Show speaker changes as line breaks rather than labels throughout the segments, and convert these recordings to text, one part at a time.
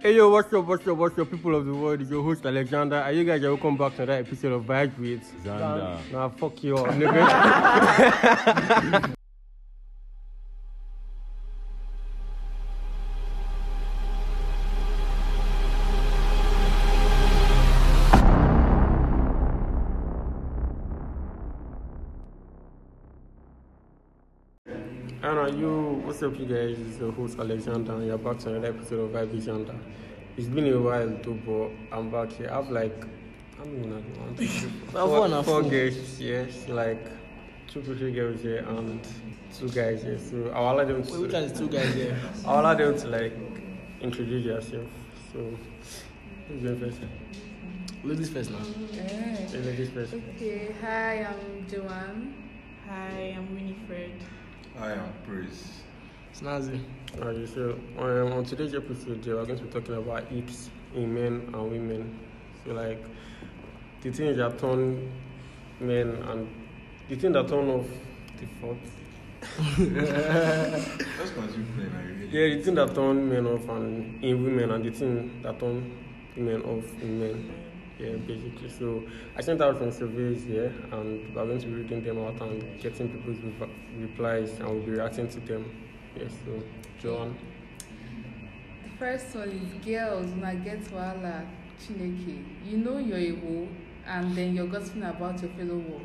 Hey yo, what's up, what's up, what's up, people of the world? It's your host Alexander, and you guys are welcome back to another episode of Vibes with
Xander.
Nah, fuck you all, nigga. And are you, what's up, you guys? It's your host Alexander, and you're back to another episode of Vibes with Xander. It's been a while too, but I'm back here. I've like, I'm not one, two, three,
I've
four-
won a
four
fool.
girls, yes, like two to three girls here and two guys here. So I'll allow them to.
Wait, which one is two guys here?
I'll allow them to like introduce yourself. So, who's going first?
Ladies first now.
The ladies first.
Okay, hi, I'm Joanne.
Hi, I'm Winifred.
I am Praise.
Snazzy.
Alright, so um, on today's episode, we are going to be talking about hips in men and women. So, like, the things that turn men and the thing that turn off the fuck.
Let's continue playing. I really.
Yeah, the thing that turn men off and in women and the thing that turn women off in men. Yeah, basically. So, I sent out some surveys here and we are going to be reading them out and getting people's re- replies and we'll be reacting to them. Yes, so, Joanne.
The first one is girls, when I get wahala, chineke. You know you're a hoe, and then you're gossiping about your fellow woe.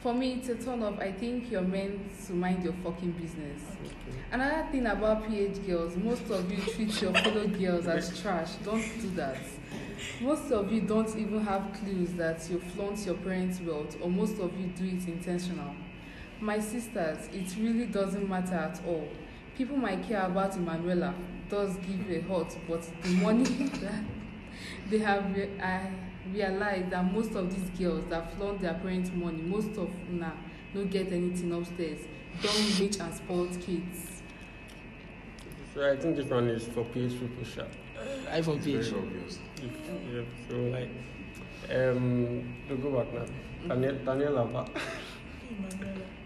For me, it's a turn off. I think you're meant to mind your fucking business. Another thing about PH girls, most of you treat your fellow girls as trash. Don't do that. Most of you don't even have clues that you flaunt your parents' wealth, or most of you do it intentional. My sisters, it really doesn't matter at all. People might care about Emanuela, does give a hot, but the money that they have, re- I realized that most of these girls that flaunt their parents' money, most of una no get anything upstairs, dumb, rich and spoiled kids.
So, I think this one is for PH people, sharp.
iPhone
Very
page.
obvious.
Yeah, so like, um, to go back now, Daniel, Daniel Lava,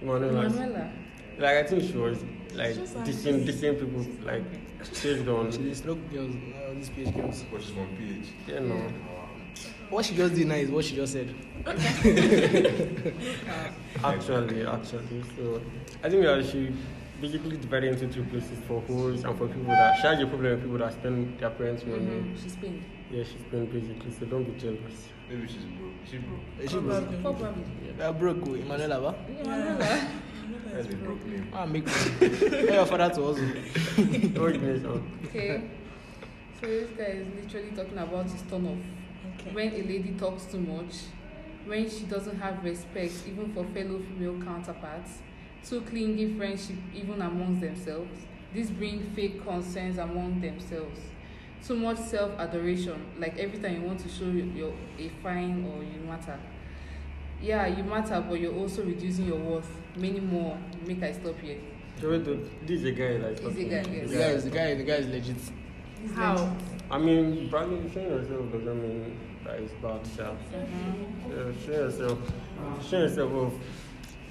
Emmanuela.
Emmanuel, like,
Emanuela,
like I think she was like
She's
the same, the same people like chased
She
on,
dey stroke girls, uh, these page girls.
But she's from PH.
you know.
What she just did now is what she just said.
Actually, actually, so I think that she basically divided into two places for hoes and for people that share the problem with people that spend their parents' money.
mm-hmm. she's been.
Yeah, she spent basically, so don't be jealous.
Maybe she's broke. She broke.
Eh, She broke.
Probably.
I broke with Emmanuel Abba.
Emanuela.
That's a broke name.
Ah, make money. Tell your father to hustle.
Oh, Origination.
Okay. So this guy is literally talking about his turn off.
Okay.
when a lady talks too much, when she doesn't have respect even for fellow female counterparts, too clingy friendship even amongst themselves. This brings fake concerns among themselves. Too much self adoration, like every time you want to show you- you're a fine or you matter. Yeah, you matter, but you're also reducing your worth. Many more. Make I stop here.
So wait, this is a guy like.
He's a guy,
The
yes.
guy is the guy. The guy is legit.
How?
I mean, bragging, showing yourself doesn't mean that it's bad, sha.
Uh-huh.
Yeah, show yourself, show yourself off.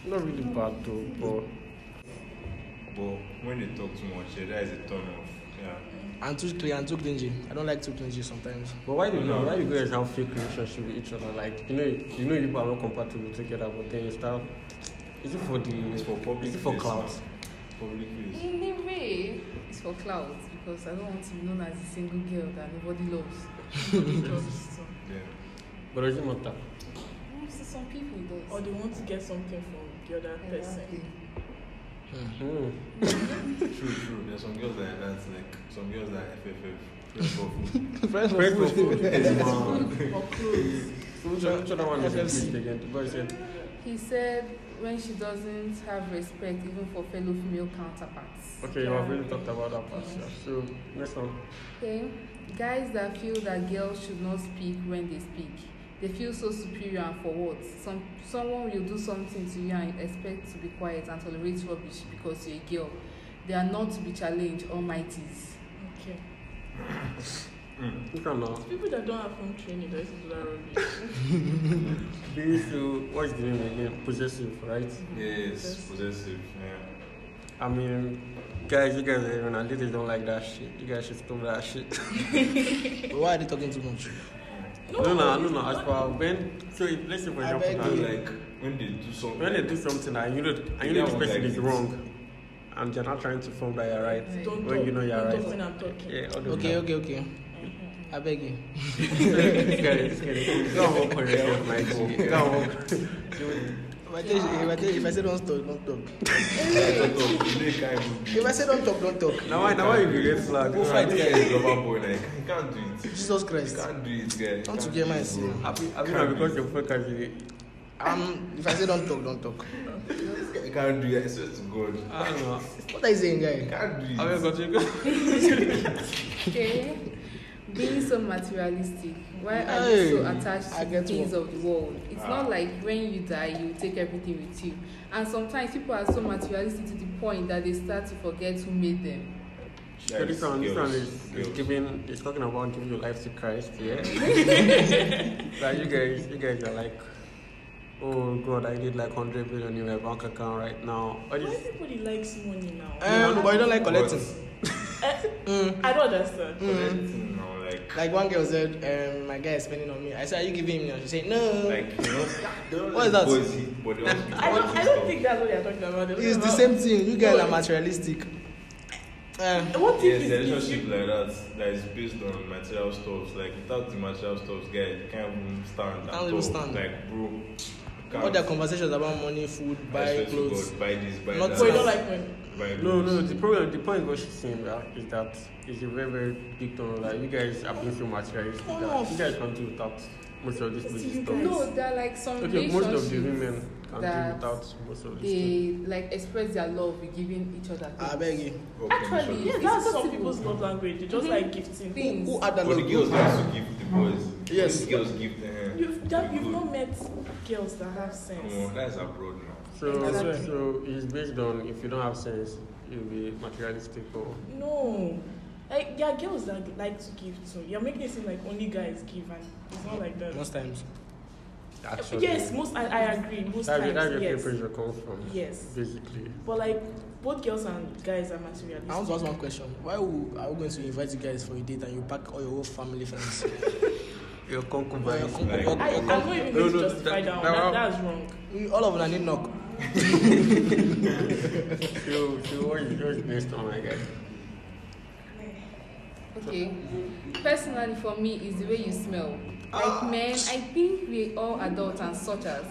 Not really bad though, but
But when they talk too much, yeah, that is a turn off. Yeah.
And too clean and too clingy. I don't like too clingy sometimes.
but why do you know? Why do you guys have fake relationship with each other? Like you know, you know, you people are not compatible together, but then you start. Is it for the?
It's for public.
Is it Mm, for
place
clout?
now. Public place.
In a way, it's for clout because I don't want to be known as a single girl that nobody loves.
Just-
Yeah.
But does it matter?
So some people it
or
does.
they want to get something from the other person.
Exactly.
Hmm.
True, true. There's some girls that that's like some girls that FFF. Friends for food.
Friends for
Friends for
food.
food. Wow.
Food or clothes.
So which one- which other one is
FFC.
it again? The boy said.
He said when she doesn't have respect even for fellow female counterparts.
Okay, you have really talked about that part. sha. So next one.
Okay? Guys that feel that girls should not speak when they speak. They feel so superior and for what? Some someone will do something to you and expect to be quiet and tolerate rubbish because you're a girl. They are not to be challenged, almighties.
Okay.
You can now.
People that don't have home training, that is do that rubbish.
These two, what's the name again? Possessive, right?
Yes, possessive. Yeah.
I mean, Guys, you guys are even and ladies don't like that shit. You guys should stop that shit.
But why are they talking too much?
No, no, no, no. As for when, so if, let's say for
I
example,
beg
now,
you.
like,
like when they do something.
when they do something and you know, and you know
Yeah,
this person
like
is
this.
wrong, and they're not trying to form that you're right.
Right.
Don't
When
talk.
you know you're
Don't
right.
talk when I'm talking.
Yeah, all those
Okay,
now.
okay, okay. I beg you.
It's good, it's good. Go and work on yourself, my G. Go and work.
If I, tell you, if, I tell you, if I say don't talk, don't talk.
Don't talk. Today, guy will be-
If I say don't talk, don't talk.
Now why, now why you be red flag?
Go fight guy is lover boy. Like you can't do it.
Jesus Christ.
You can't do it, guy. You
Don't you
can't
get
do
my
it,
sin?
bro.
Abi, abi na because your focus is
Um, if I say don't talk, don't talk.
This guy can't do it. I swear to God.
I don't know.
What are you saying,
You
guy?
can't do it.
Abi continue.
Okay. Being so materialistic, why are
Hey,
you so attached
I
to the
get
things
one.
of the world? It's
Ah.
not like when you die, you take everything with you. And sometimes people are so materialistic to the point that they start to forget who made them.
So this one, this one is, is
Girls.
giving, is talking about giving your life to Christ, yeah. like you guys, you guys are like, oh God, I need like hundred billion in my bank account right now. All
Why
this,
everybody likes money now?
Eh.
Eh,
Um, but you don't like collecting. Mm.
I don't understand.
Collecting now, like-
Like one girl said, um, my guy is spending on me. I said, are you giving him? now? She said, no.
Like, you know, they don't
What is
like
that?
boys hit, but they want to be
I don't, I don't
boys
think that's what they're talking about. They're
it's the same
talking
thing. You guys
No.
are materialistic. Uh,
Um,
about- What if
Yes, the
it's
relationship like that that is based on material stuffs. Like without the material stuffs, guys, you can't even stand. at
Can't even
all.
stand.
Like, bro, you can't.
all their conversations about money, food,
I
buy
swear to
clothes.
God, buy this, buy
Not
that.
So you don't like money?
buy
no, no.
clothes.
The problem, the point what she's saying yeah, is that it's a very, very big turn. Like you guys are being so materialistic. That you guys can't do without most of this basic stuff.
No, they're like some
Okay, most of the
relationships
women can do
that
without most of this.
They like express their love with giving each other
I beg you.
Okay, sure.
Actually, yeah,
it's
that's some
possible.
people's love language. They just
Mhm.
like gifting.
things.
Who are the
But the
love?
girls have to give the boys.
Yes.
The girls give them.
You've that, you've
Good.
not met girls that have sense.
Come on, that's abroad now.
So,
Exactly.
so it's based on if you don't have sense, you'll be materialistic or.
No, like there are girls that like to give too. You're making it seem like only guys give, and it's not like that.
Most times.
Actually,
yes, most I, I agree. Most
That's where that's
times,
where peer
yes,
pressure comes from.
yes.
Basically.
But like both girls and guys are materialistic.
I want to ask one question. Why will, are we going to invite you guys for a date and you pack all your whole family friends?
Your
Or your
concubine.
com-
like-
or-
I,
or com-
I'm not even
No,
going
no,
to justify
that-
that,
that
one.
one-
That, that's wrong.
we- all of them need knock.
So, so what is yours based on, I guess?
Okay. Personally, for me, is the way you smell. Like men, I think we all adults and such as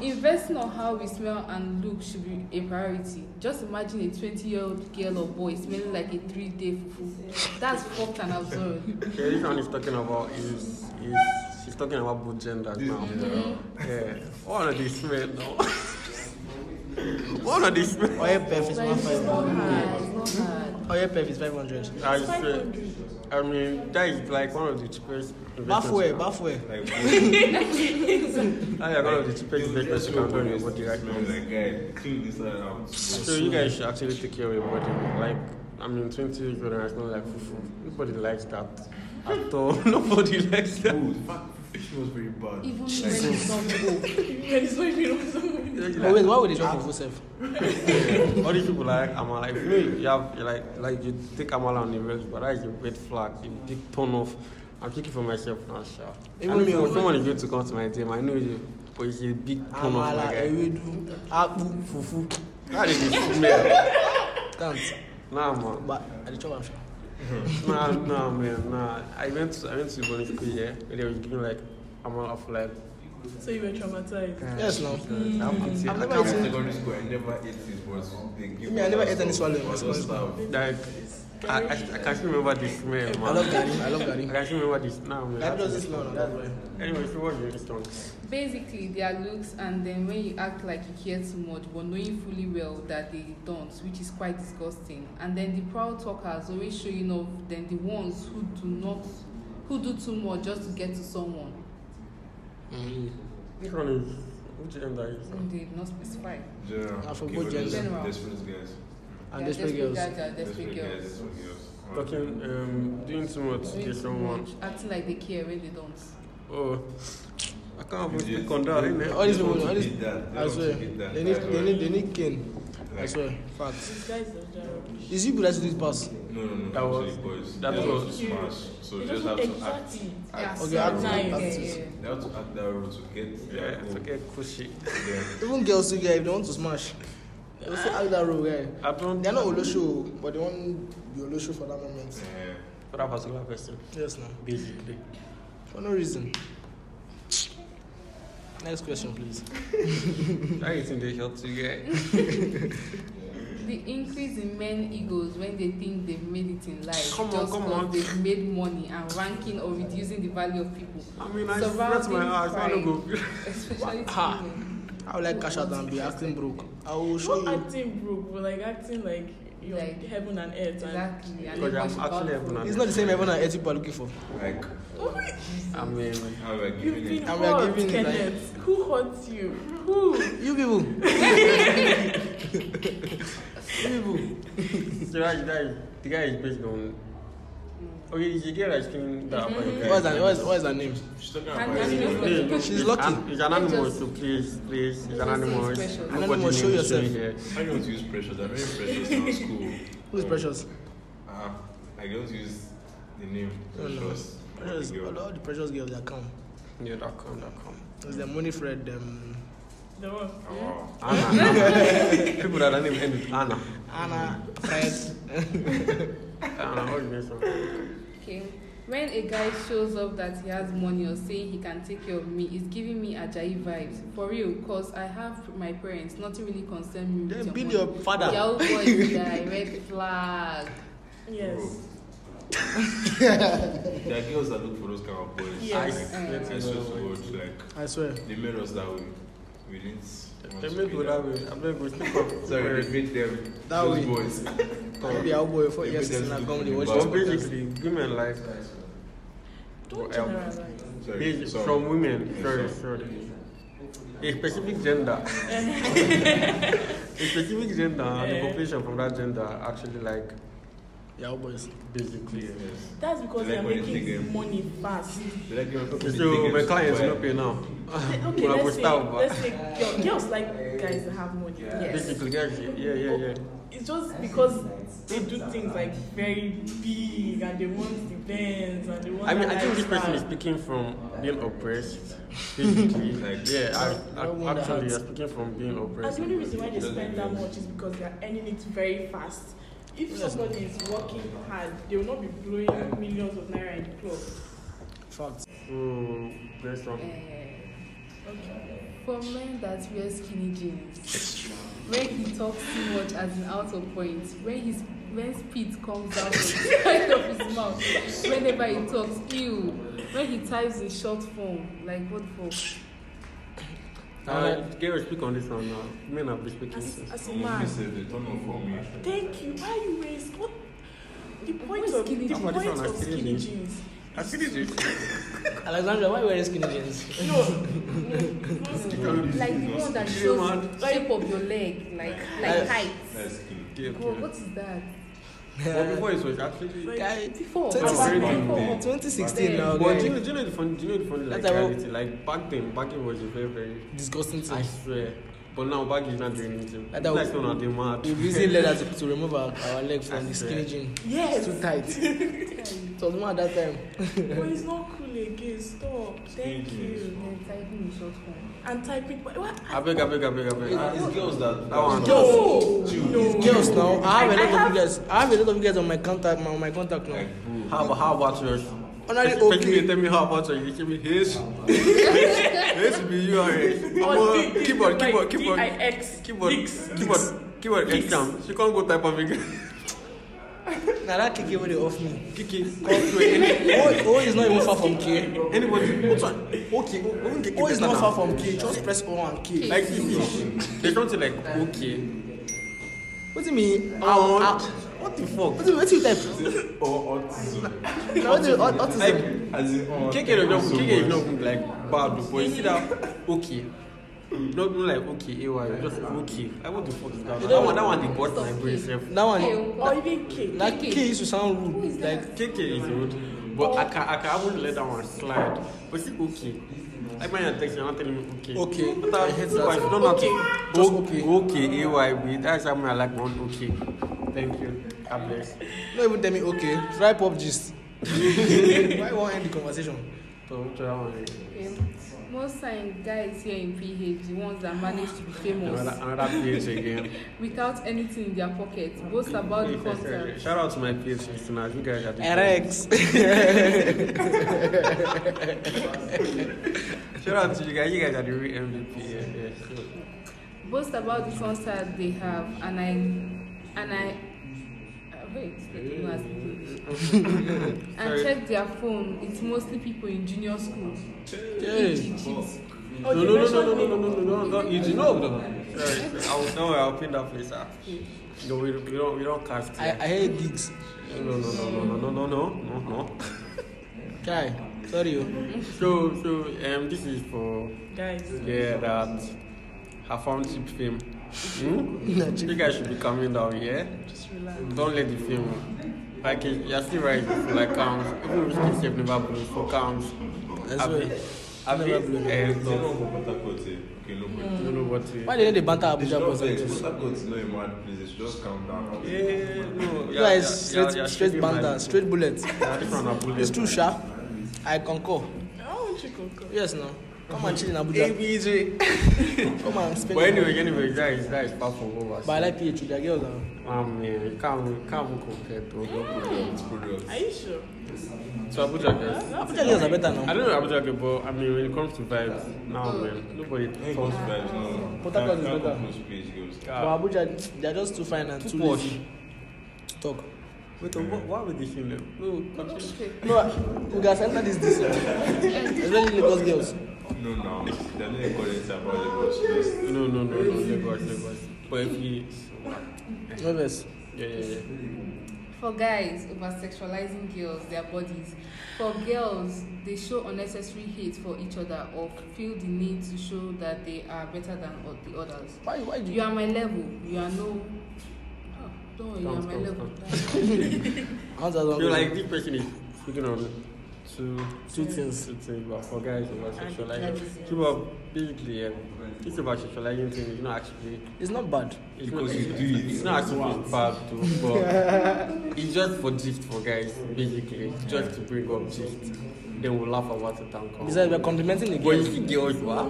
investing on how we smell and look should be a priority. Just imagine a 20 year old girl or boy smelling like a three day fufu. That's fucked and absurd.
Okay, this one is talking about is is she's talking about both genders
This
now.
general.
Yeah. What are these men now? What are these men?
Oil perf is
But
one
it's just
five.
not hard. It's not hard.
Oil perf is five hundred.
I
It's
swear.
500.
I mean, that is like one of the cheapest. investments
Bathware,
now.
bathware.
Like, boys-
That is one of the cheapest
you
investments
just
you
know
can do in your
boys
body
smell
right now.
Like, guy, clean this and out.
So you guys should actually take care of your body. Like, I mean, 20 years old and I smell like fufu. Nobody likes that at all. Nobody likes that.
Food, fuck, fish was very bad.
Even when it's not good.
Yeah, it's not even something.
But Oh, wait, why would they drop fufu sef?
All these people like Amala. If you, you have, you like, like you take Amala on the rails, but that is a red flag. You big turn off. I'm speaking for myself now, sure.
Even
Even I
me,
know
oh.
if someone is going to come to my team, I know you, but it's a big
Ah,
turn off, my
Amala,
guy.
eh? ewedu, akpu, fufu.
That is the smell.
Can't.
Nah, man.
But I dey chop am sha.
nah, nah, man, nah. I went to, I went to Bonnie School, yeah, where they were giving like Amala for like
So you were traumatized.
Yes, no.
Mm.
I've
I
never
I was in
can't-
secondary school, I never ate this, but they give
Me, I never
us
ate any swallow in my
other
secondary school.
stuff.
Like, I, I, I can't remember this man,
I love
man.
garri. I love
I
garri.
can't remember this now, man.
Garri does this smell now. That's why.
Anyway, so what's your response?
basically their looks and then when you act like you care too much but knowing fully well that they don't which is quite disgusting and then the proud talkers always showing off than the ones who do not who do too much just to get to someone
Mm-hmm.
Which one is which gender is
who they did not specify
General.
Ah, for
Okay,
both
but
genders.
there's-
General.
there's friends, guys.
And
They're
desperate girls.
guys they are desperate
Desperate guys,
girls
desperate girls. Ah.
talking um doing too much to
Doing too
someone.
much, acting like they care when they don't
Oh I can't even
Yes.
speak on that,
They
innit?
All these
want
people-
to
all these-
beat that. They
I
want to
swear.
beat that.
They need,
That's
they
why.
need, they need cane. I
Like,
swear, facts.
These guys are jarring.
It's you people that should do it pass.
no, no, no.
That was-
actually, boys.
that
they have
was-
to smash. So
They
you
just
just have
want
to act.
exactly.
Yeah,
act.
so
Okay, I-
nice.
I-
Yeah,
I-
yeah.
They have to act that role to get their
Yeah,
goal.
it's okay, cushy.
Then-
Even girls too, guy, if they want to smash, they will still act that role, guy.
I don't
They're not Olosho, but they want to be Olosho for that moment.
eh,
for that particular person,
Yes, now.
basically.
For no reason. Next question, please.
That is in the health you get.
The increase in men egos when they think they've made it in life
Come on,
just
come
because
on.
they've made money and ranking or reducing the value of people,
I mean, I
Surrounding
flat my ass. I don't go.
especially
Ha.
women.
I would like cash out and be acting broke. I will show
Not
you.
acting broke, but like acting like you're
Like,
heaven and earth.
Exactly. And
Because I'm
then what you
actually
got
having
from-
an-
It's not the same everyone and people are looking for.
Uh, Like,
I mean,
how we are
And you've
giving
been
it.
And we are
hurt,
giving it, like-
Kenneth. Who hurts you? Who?
You people. you
so that, that, the guy is based on. Okay, it's a girl that's doing
Mm-hmm.
that. but-
people. What's her, what's, what's her name?
She's talking
And
about
then
it.
you just-
Please,
She's
it's
lucky.
an- It's an animal,
Just-
so please, please, it's
Just
an
say
animal.
it's precious.
Nobody
Animal,
name
show
is
yourself.
here.
I don't use pressures. I'm very precious now in school.
Who is precious?
Uh, I don't use the name
No, no.
precious.
Precious.
Girl.
All, all the precious girls that come.
Yeah, that come, that come.
It's the money Fred. Um,
The one.
Oh,
Anna. People that are named end with Anna.
Anna, Fred.
Anna, all the names of-
Okay. When a guy shows up that he has money or saying he can take care of me, it's giving me Ajayi vibes. For real, cause I have my parents. Nothing really concerns me. with
Then
your
be
money.
your father.
Your old boy is guy, red flag.
Yes.
There are girls that look for those kind of boys.
Yes.
I swear
Like, I
to
swear to
God.
God, like,
I swear.
they made us that way. We didn't. want
They
to
made
be
go that way. I'm not going to speak up.
Sorry, they made them.
That
those
way.
boys.
I'll be our boy for
They
years
made them
and I've
do
come to
the
watch this
But
podcast.
basically, women like
Don't
Well,
generalize.
Sorry.
basi-
sorry.
from women.
Yeah,
Sorry,
sorry.
sorry. A specific gender. a specific gender and the
Yeah.
population from that gender actually like
Yeah, boys.
basically. uh,
Yes.
That's because
Like
they're
when you
making
think, um,
money fast.
They like girls
Okay,
to
so
take
my
it
clients
to
no pay now.
They- Okay,
Well, I will
let's say,
start,
let's say girl- girls like guys that have money.
Yes.
Basically, yeah, yeah, yeah, yeah.
It's just because they do things like very big and they want events and they want.
I mean, I
that
think this person is
lifestyle.
speaking from being oppressed. Basically,
Like-
yeah, I,
I
I,
wonder
actually,
how-
you're speaking from being
And
oppressed.
the only reason why they
Doesn't
spend that
make
much is because they are earning it very fast. If somebody is working hard, they will not be blowing millions of naira in the club.
Facts.
So, based
Eh,
on
For men that wear skinny jeans, when he talks too much as in out of point, when his when spit comes out of the side of his mouth, whenever he talks, ew. When he types in short form, like what for?
uh, Gary, speak on this one now. Men have been speaking
As,
since.
as a
Some of
man,
me said they turn off for me.
thank you. Why are you waste? What? The point
Why
of
skinny
the
jeans?
Somebody
point
found a
of
skinny
skinny
jeans.
jeans.
Alexandra, why are you wearing skinny jeans?
No,
No, no. Hmm. Like the one that
Yeah,
shows
man.
the shape of your leg, like
Like-
like height.
That's cute.
Yeah,
Oh,
okay.
what is that?
But before it was actually.
like,
Guy,
Before.
That's
Before.
a
big
Before.
thing.
2016 oh, now,
But do you, know-
guy.
do you know the funny, do you know the funny like
That's about-
reality? Like back then, bagging was a very, very,
Disgusting
I
thing.
swear. But now bagging is not doing anything.
That's
It's like
about-
someone they mad.
We've used leather to, to remove our, our leg from the
I
skinny
swear.
jean. It's
Yes,
too tight. it was more at that time.
but it's not cool again. Stop.
Skinny
Thank
jeans.
you.
Then typing in short form.
And type it. What?
I beg, I beg, I beg, I beg.
Ah, it's girls that.
That one.
No,
Chill.
no.
Girls now, I have a
I- I
lot
have-
of you guys. I have a lot of you guys on my contact, on my contact now.
Like, bro.
How about how about yours?
Honorary
Especially you
Oakley.
tell me how about yours. You tell me his. His be you alright.
Oh, D- D-
Keep on, keep on,
like
keep on,
D-I-X,
keep on,
Dix.
keep on, keep on. Exam. She can't go type of again.
Now that kick away off me.
Kiki, come to any-
Oh, oh is not even far from K.
anybody. What's one? Okay, oh, oh, Kiki
Oh is
better
not
now.
far from K. Just press O and K.
Like you see, they don't say like okay.
What do you mean?
Oh,
Ah, ah.
what the fuck?
What do you, what do you type?
Or autism.
Now what do you, what, what is
Like
it?
As in, oh,
KK is not
so
KK is
much.
not like bad, but you see that okay. Not not like okay, AY, just okay. I want to fuck this guy. That one, that one, the bot my brain self.
Eh,
That one.
Or even cake.
That K used to sound rude. Like,
KK is rude, But I can I can even let that one slide. But see, okay. Like when you text, you're not telling me okay.
Okay.
But I,
I hate
no,
that.
I don't know.
Okay.
to-
Just
O-
okay.
Okay. AYB. That's how I like one okay. Thank you. God bless.
No even tell me, okay, try pop gist. Why won't end the conversation?
So to that one.
Okay. Most time Um, guys here in PH, the ones that manage to be
Another
famous
another PH again.
without anything in their pocket, boast about the content.
Shout out to my PH listeners. You guys are the
Rex.
best. Shout out to you guys. You guys are the real MVP. Yeah, yeah. So,
Boast about the contact they have and I and I uh, wait, I don't know how to do this. and
Sorry.
check their phone. It's mostly people in junior school.
Hey.
Oh,
no, no,
they
no,
mentioned
no, no,
me.
no, no, no, no, no, you do know. No, Sorry, I'll, no, I'll pin that place up. No, we, don't- we don't, we don't cast.
I, I hate gigs.
No, no, no, no, no, no, no, no, no, no.
Kai, sorry. oh.
So, so, um, this is for
Guys.
yeah that have found cheap fame. Hmm? you guys should be coming down here.
Just relax.
Don't let the fame. Like it- you're still right, like counts. Even if it's safe, never blows for counts.
That's
Abi-
right.
Abi,
Never blows.
eh,
They
so-
don't go Port Harcourt, eh. Okay, no problem.
I don't know what to.
Why didn't they banter
They
Abuja
should not
boys like
vex.
this?
Port Harcourt is not a mad place. They should just calm down.
Yeah, Eh, no,
You
yeah, yeah,
guys straight,
yeah, yeah,
straight
shaking my-
banter, straight bullets.
Yeah, this one are bullet.
It's too sharp. I concur.
I want you cocoa.
Yes, no. Come and chill in Abuja.
ABJ.
Come and spend.
But anyway, anyway, that is that is far from over.
But I like PH, they are girls now.
Um, yeah, you can't you can't even compare to Abuja.
It's products.
Are you sure?
So Abuja girls.
Abuja girls are better
I
now.
don't know Abuja girls, but I mean when it comes to vibes, now man, nobody
Hey,
talks.
God's vibes, no.
Port Harcourt is
Can't- can't
better.
come close, please, girls.
God.
But Abuja, they are just too fine and too
posh.
lazy to talk.
Wait, oh, wh- why would they feel them? No, continue.
Okay.
No, I- you guys enter this this. Especially Lagos girls.
No, no. They're not encouraged about the girls. Just
no, no, no, no, Lagos, Lagos. But if you,
No verse.
yeah, yeah, yeah.
For guys, over sexualizing girls, their bodies. For girls, they show unnecessary hate for each other or feel the need to show that they are better than o- the others.
Why, why do you?
You are my level. You are no. Oh, don't worry, you are
Come,
my
come,
level.
How's that
So like
one?
this person is speaking on two
Two things.
two things, but for guys over
And-
sexualizing. People basically, um, this about sexualizing thing is not actually
It's not bad.
It's
Because
not-
you do it.
It's not actually bad too, but it's just for gist for guys, basically. Just to bring up gist. Then we'll laugh about it and come.
Besides, we're complimenting the
But you
girls.
see girls, what?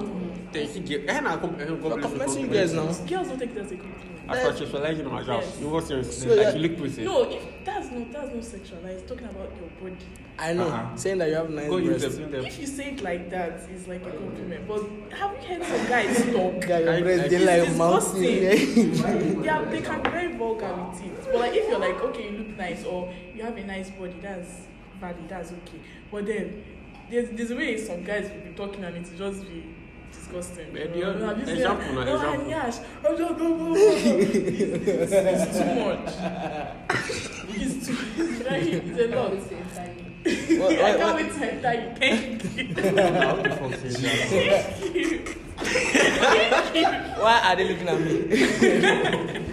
Then you eh, see girls. And I compl- and
We're
compliment
complimenting you guys now.
Girls don't take it as a compliment.
I thought you were like, you know, myself. You were serious.
So,
Like,
yeah.
you look pretty.
No, if that's not that's not sexualized. Talking about your body.
I know.
Uh-uh.
Saying that you have nice
Uh-huh. Go use
breasts.
them. use them.
If you say it like that, it's like a compliment. But have you heard some guys talk?
Guy, your
I- I-
breasts, they
It's
like
disgusting.
mountain.
They, are, they can be very vulgar with it. But like if you're like, okay, you look nice or you have a nice body, that's valid, that's okay. But then there's there's a way some guys will be talking and it's just be disgusting.
Maybe
You know,
you-
have you seen-
example, no,
"Oh,
example."
Anyash, oh, no, no, no, no, no." It's, it's too much. It's too it's very it's a lot.
Always enter you.
What-
I
what-
can't wait to enter you. Thank you.
I'll be fucking serious.
Thank you.
Why are they looking at me?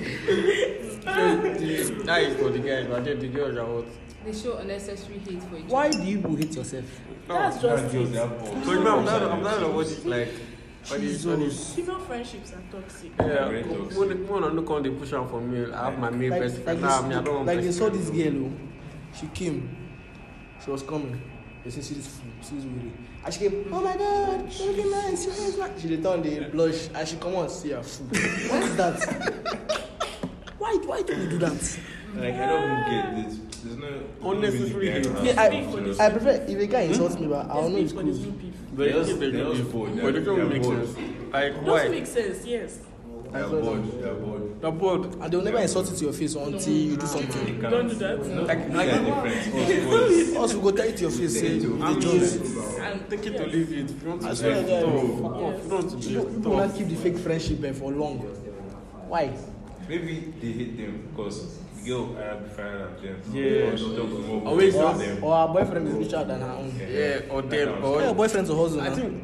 The- That is for the guys, but then the girls are what?
They show unnecessary hate for each other.
Why do you people hate yourself?
That's
Can't
just
girls, they
it.
have balls.
So, you know, I'm not, I'm not gonna watch it like. But it's, but it's,
Female friendships are toxic.
Yeah,
Great dogs.
when when I look on the push up for me, I have my main
Like,
best
like,
friend. Nah,
you,
me, I don't want
like you
best
saw
friend.
this girl, oh, she came. She was coming. They said, see this fool, see this weary. And she came, oh my god, so looking nice, so nice. man." She returned the blush and she come out, see her fool. What is that? why, why do we do that?
Like I don't even get this. There's no
Unnecessary
There's no
hate.
really
Yeah, I-
guys who have
I
balls.
prefer, if a guy insults me, but I
There's
don't know
beef
it's
for there's
cool.
no beef.
But
They just-
if they
they
do
just
this,
bored,
But
they
it
are
don't make
bored.
sense. Like
Doesn't
why?
make sense, yes.
They are bored. They are bored.
The board.
And they'll never insult it to your face until you do something.
They
Don't do
can't.
that.
Like
They are
like
different. Boys, boys.
Also, go tell it to your face, say,
They
I'm
they
just
just.
and take it or
Yes.
leave it. If you want to
I
drink,
swear, guys.
talk. Fuck off. You don't want to
You know,
drink,
people not
talk.
keep the fake friendship eh, for long. Why?
Maybe they hate them because girl Arab fired at them.
Yeah.
Or she talk more
Or we
about
saw-
them.
Or her boyfriend is richer than her own.
Yeah, or them.
Why your
Or
boyfriend's a husband?
I
now?
think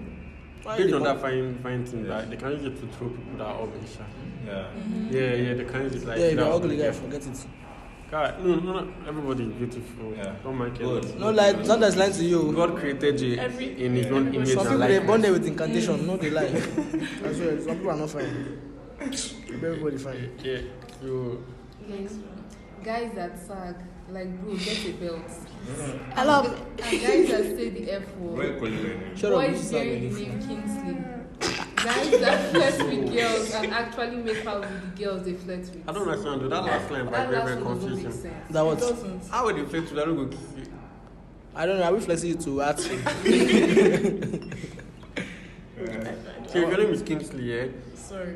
Why
based
they
on
want-
that fine fine thing
Yeah.
that they can use it to throw people that are ugly. sha.
Yeah.
Yeah, yeah, they can use it like
Mm. Yeah, if you're
that.
ugly guy, forget it.
God, no, no, no. Everybody is beautiful.
Yeah.
Don't mind
Good.
it.
No lie, not that's lying to you.
God created you
Every-
in His own
everybody-
image
Some
and
people they born
likeness.
there with incantation, no they lie. As well, some people are not fine. Everybody fine.
Yeah, you.
Guys that sag, like bro, get a belt.
I love
And guys that say the F word.
Where Colin
Shut up,
Boys
this is not
bearing the
meaningful.
name Kingsley. Guys that flirt with girls and actually make out with the girls they flirt with.
I don't understand. though. That last line by
That
very
last
very
one doesn't make
confusing.
sense.
That
It
what?
doesn't.
How would you play to that? Look,
I don't know, I will flex you to ask.
So if your name is Kingsley, eh?
Sorry.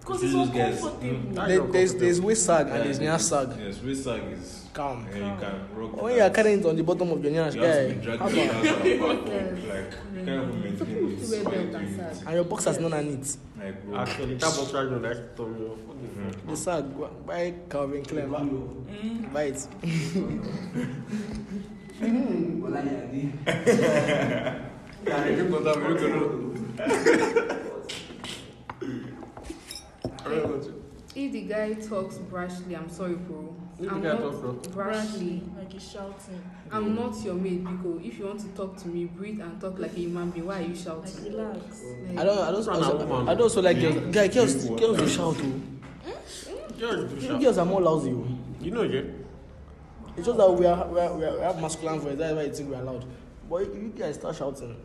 Because
See
it's
those guys,
uncomfortable.
mm.
There- There's there's way sag
Yeah,
and there's near sag.
Yes, we suck is
Calm.
Yeah, you can rock.
Oh,
When you are
that.
carrying it on the bottom of your nyash,
You have to be
guy,
dragged
how
back
about-
and back up, like
Yes.
kind of maintain
People
this
feel
by
bad
doing
and
it.
sad.
and your boxers not neat.
Like bro.
Actually, that box right now, that's Tommy. What the fuck?
The sag, go- buy Calvin Klein,
Mm.
buy it.
I don't know what to-
If the guy talks brashly, I'm sorry, bro.
If the
I'm
guy
not
talks what?
brashly.
Like he's shouting.
I'm not your mate, Biko. If you want to talk to me, breathe and talk like a human being. Why are you
Like
shouting?
relax.
I don't, I don't,
Run
also-
out, man.
I don't also like girls. Guy, girls,
Drink
girls
water.
they shout too.
Girls do shout.
Girls are more lousy. oh.
You know, yeah.
It's just that we are, we are, we are we have masculine voice. That's why you think we are loud. But if you guys start shouting,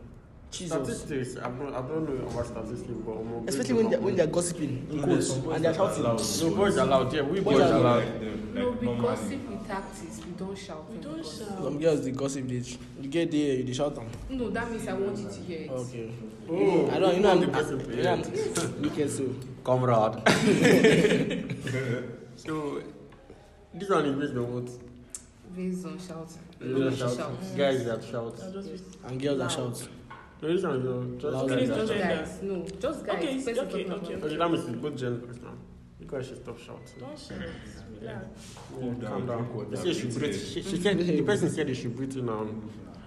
Jesus.
Statistics, I don't, I don't know about statistics, but um,
Especially when they when they're gossiping in quotes and they're shouting.
Loud.
No, boys are loud, yeah, we
Boys
boys,
are
are
Like
loud.
them,
No,
like
we
normally.
gossip with tactics. We don't shout.
We
Mm.
when
don't
gossip.
shout.
Some girls they gossip. They you get there, you they shout them.
No, that means I want you to hear it.
Okay.
Oh,
I don't. You know
the
I'm.
person,
I'm- You know
yeah.
I'm. Look at so.
Comrade. so, this one is based on what?
Based on shouting.
Guys that
Shout.
shout. Guys that shout.
I'll just be-
And girls are shout.
No, this one is not just
Loud.
guys
It's
that
just
shout.
gender.
Guys, no, just guys.
Okay, it's-
Person
okay,
talking about
okay.
Okay, that means it's both genders now. You guys should stop shouting.
Don't shout. Relax.
Cool down,
calm
drink
down.
water,
They say you should
breathe
breathe.
air.
She, she said, the person said you should breathe in and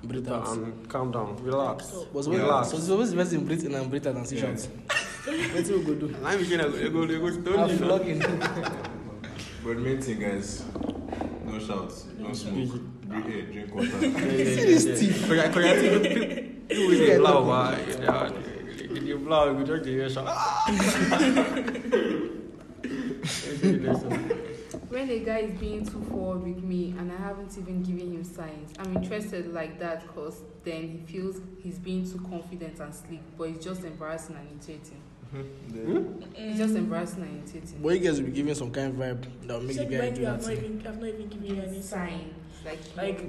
Breathe
breathe
out.
out and calm down. Relax.
Was
Yeah.
when last. Was always the person breathe in and breathe out and see
Yeah.
shout. What you go do?
I'm gonna go, go, go,
I'm
stone you.
vlogging.
But main thing guys, no shout, no smoke, breathe air, drink water.
Seriously? Koya, koya, ti, you will dey blow, wa. You blow, you just dey hear shout.
When a guy is being too forward with me and I haven't even given him signs, I'm interested like that because then he feels he's being too confident and sleek, but it's just embarrassing and irritating. It's
Mm.
just embarrassing and irritating.
Boy, you guys will be giving some kind of vibe that will make the
Check
guy
mind
do
you, I've
that.
not even, I've not even given you any sign.
Sign. Like,
Like,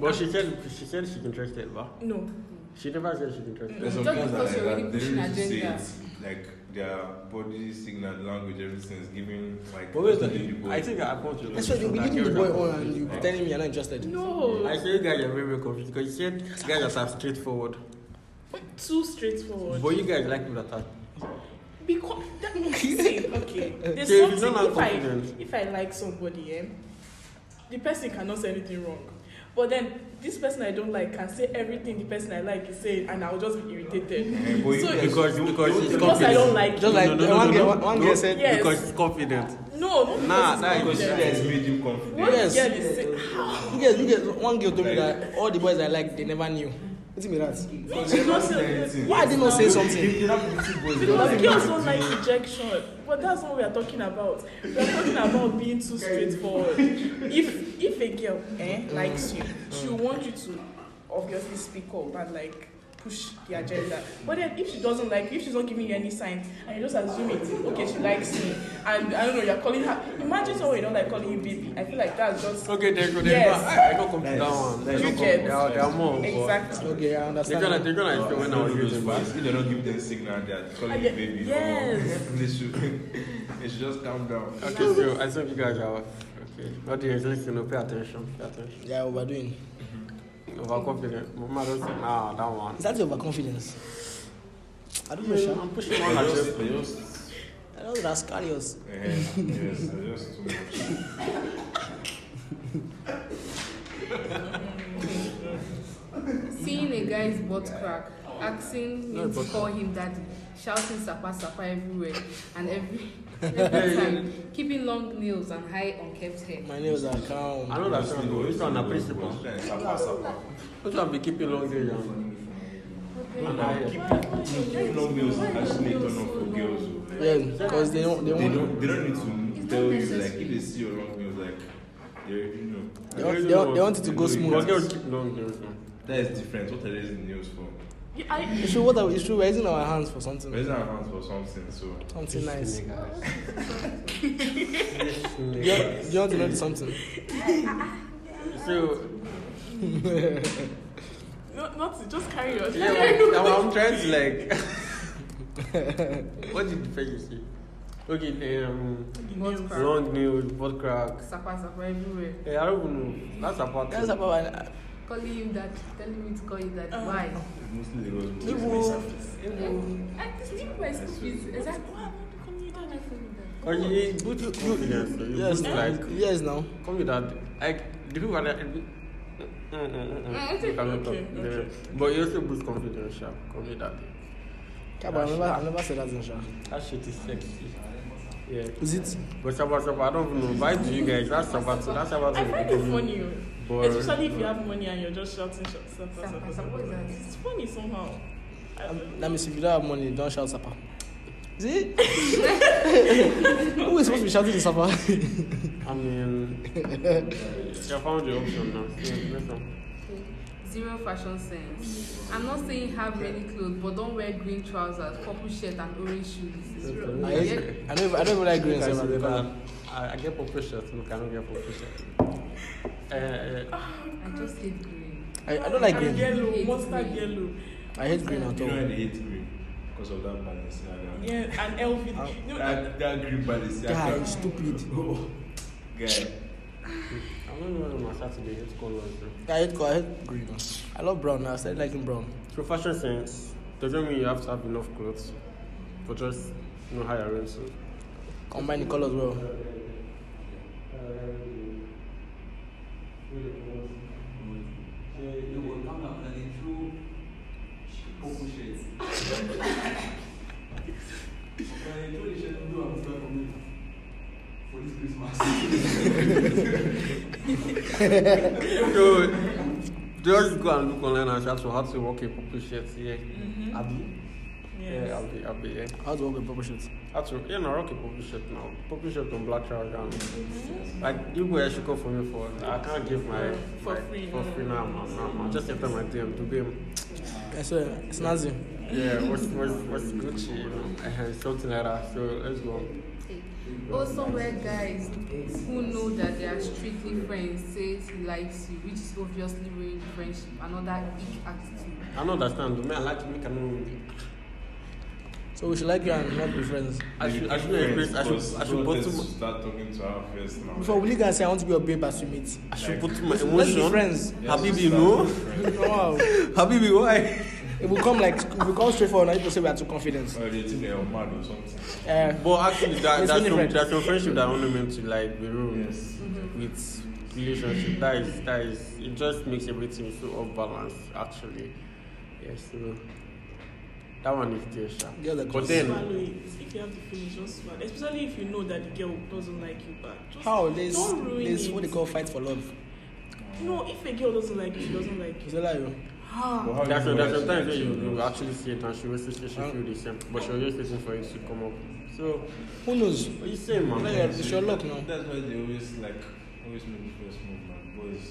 But she said, she said she's interested, wa.
no.
She never said she's interested.
There's some
Just
girls that
because
like
you're
that. They don't
really
need to
pushing
say
agenda.
it. Like their body signal, language, everything is giving like.
But wait,
leading the boy.
I think I want to.
That's why you'll be leading the boy on and you'll be telling me you're not interested.
No.
I say you guys are very, very confused because you said guys that are straightforward.
Too straightforward.
But you guys like people that are.
Because that see, okay. There's
Okay, if you
something
don't have
if I
confidence.
if I like somebody, eh, the person cannot say anything wrong. But then this person I don't like can say everything the person I like is saying, and I'll just be irritated.
Eh, but you
So-
guys-
Because,
you-
because
you-
it's
you-
Because
confident.
I don't like
Just
you.
like
No, no, no,
one
no,
girl,
no.
one- one
No.
girl said,
Yes.
Because it's confident.
no, no,
Nah,
because it's
that is
confidence.
you guys made him confident.
One
Yes.
girl is saying,
you guys, you guys, one girl told me that all the boys I like, they never knew. What do you mean that?
She did not say-
Why did they not say something?
Because girls don't like rejection. But that's what we are talking about. We are talking about being too straightforward. If if a girl eh, likes you, she will want you to obviously speak up and like push the agenda. But then if she doesn't like you, if she's not giving you any signs and you just assume it, okay, she likes me. And I don't know, you're calling her imagine someone you don't like calling you baby. I feel like that's just
Okay, there you go. There
Yes.
you go. I, I don't come to that one.
You
There you go.
get-
There are, there are more. Exactly.
Okay,
exactly
I
They're gonna,
understand.
they're gonna explain when I was using
If they don't give them signal that calling you
And they-
baby,
Yes.
or they should, they should just calm down.
Okay, so I think you guys are okay. Not the listen, no, pay attention, pay attention.
Yeah, overdoing.
Overconfident. Mama don't say, ah, that one.
Is that your overconfidence? I don't know, Sha.
I'm pushing
They
one at
just-
you.
they just-
I don't know, that's scarious.
Eh, yes, that's just too much.
Seeing a guy's butt crack, asking
No,
me to
butt
call him daddy, shouting sapa sapa everywhere and every, every time, keeping long nails and high unkempt hair.
My nails are calm.
I know that one, though. Which one na principal?
Which one is Eh, sapa, sapa?
Which one be keeping long hair and and I?
Keeping long nails actually turn off for girls. oh.
Yeah, because they don't, they
They
want,
don't, they don't need to
It's
tell
not
you like
necessary.
if they see your long nails like they already know.
they want, they want, they want it to go
But
smooth.
girls keep long nails now.
That is different. What are they using nails for?
Yeah, I,
It's true, what are, it's true, we're using our hands for
We're
something,
using our hands for something, so
something nice. Do you,
Niggas.
do you want to learn something?
So,
not, not to just carry on.
yeah, well, I'm, I'm trying to like. what did the first you say? Okay, um,
Butt crack,
long nails, butt crack.
sapa sapa everywhere,
Hey, Eh, I don't even know. That's about
That's
it.
about an,
calling him daddy, telling me to call him daddy.
Um,
Why?
mostly they go
They will-
I just think my school fees. Exactly.
Why am I calling you daddy?
Okay, it's good confidence. though. You
yes,
boost like.
yes now.
Come with that. Like, the people are like. Mm, mm, mm, mm. You cannot talk.
Okay, okay.
Yeah. But you also boost confidence, sharp. Come with that.
Yeah, but I never, I never said that in Sha.
That shit is sexy. Yeah.
Is it?
But Shabba Shabba, I don't even know. Why do you guys? That's Shabba too. That's Shabba
I
too.
find it funny, oh.
Boring.
especially if you have money and you're just shouting shop, sapa,
Sapa,
sapa,
sapa, what is
sapa.
that?
It's funny somehow. I don't
That means if you don't have money, don't shout Sapa. Is it? Who is supposed to be shouting to Sapa?
I mean, you found the option now. So, next one.
Zero fashion sense. I'm not saying have many clothes, but don't wear green trousers, purple shirt, and orange shoes.
Zero.
I, hate- I don't, even- I don't even like green.
Because
so-
you can- I, I get purple shirts. Look, I don't get purple shirts. Uh, uh,
I just hate green.
I, I don't like
And
green.
yellow,
Hate
mustard
green.
yellow.
I hate green at
You know
all.
why they hate green? Because of that Balenciaga.
Yeah, and
Uh,
LV. No,
That, that green Balenciaga.
Guy, you stupid.
Oh, guy.
I'm not wearing my Saturday. It's colors. though.
I hate, I hate green. I love brown. I started liking brown.
So fashion sense doesn't mean you have to have enough clothes, but just know how you're wearing. So
Combine the colors well.
so just go and look online and search for how to work a purple shirt. Yeah,
Mhm.
Abi. Yeah,
yes.
I'll be, I'll be. Yeah,
How to work with purple shirts?
how to? Yeah, no, rock a purple shirt now. Purple shirt on black trousers. And, like you guys should go for me for. I can't give my
For
my-
free,
for
no.
free now. man, now, man. Just enter my DM to be.
I swear, it's Nazi.
Yeah, what's what's what's Gucci? You know, Uh-huh, something like that. So let's go.
Also wear guys who know that they are strictly friends says he likes you, which is obviously ruining the friendship. Another ick attitude.
I don't understand. Me, I like me. Can
So we should like you and not be friends.
I should, I should embrace, I should, I should
want
bottle
to
my,
start talking to her first now.
Before we leave and say I want to be your babe as we meet.
I should bottle my
Let's be
emotion.
friends.
Yes,
Habibi,
start
no?
with friends.
Wow.
Habibi, why?
It will come like it will come straight forward. and People say we are too confident.
Or they think they are mad or something.
Uh,
But actually, that,
It's
that's
only
some,
friends.
that's some friendship that only meant to like be ruined
Yes.
with relationship. That is, that is, it just makes everything so off balance. Actually, yes. so that one is there, sha.
Yeah, like-
But
swallow
then,
it. If you have the feeling, just swallow. Especially if you know that the girl doesn't like you back. Just
how there's
Don't ruin
there's
it.
what they call fight for love.
No, if a girl doesn't like you, she doesn't like
Is
you.
that like you?
Ah,
But how
that's
you know
there's
that she
sometimes
likes
where you,
or
you
not?
actually see it and she will say she
Huh?
feel the same, but she was just waiting for it to come up. So,
Who knows?
what you saying,
Like,
man?
uh, it's your luck now.
That's why they always like always make the first move, man. Boys.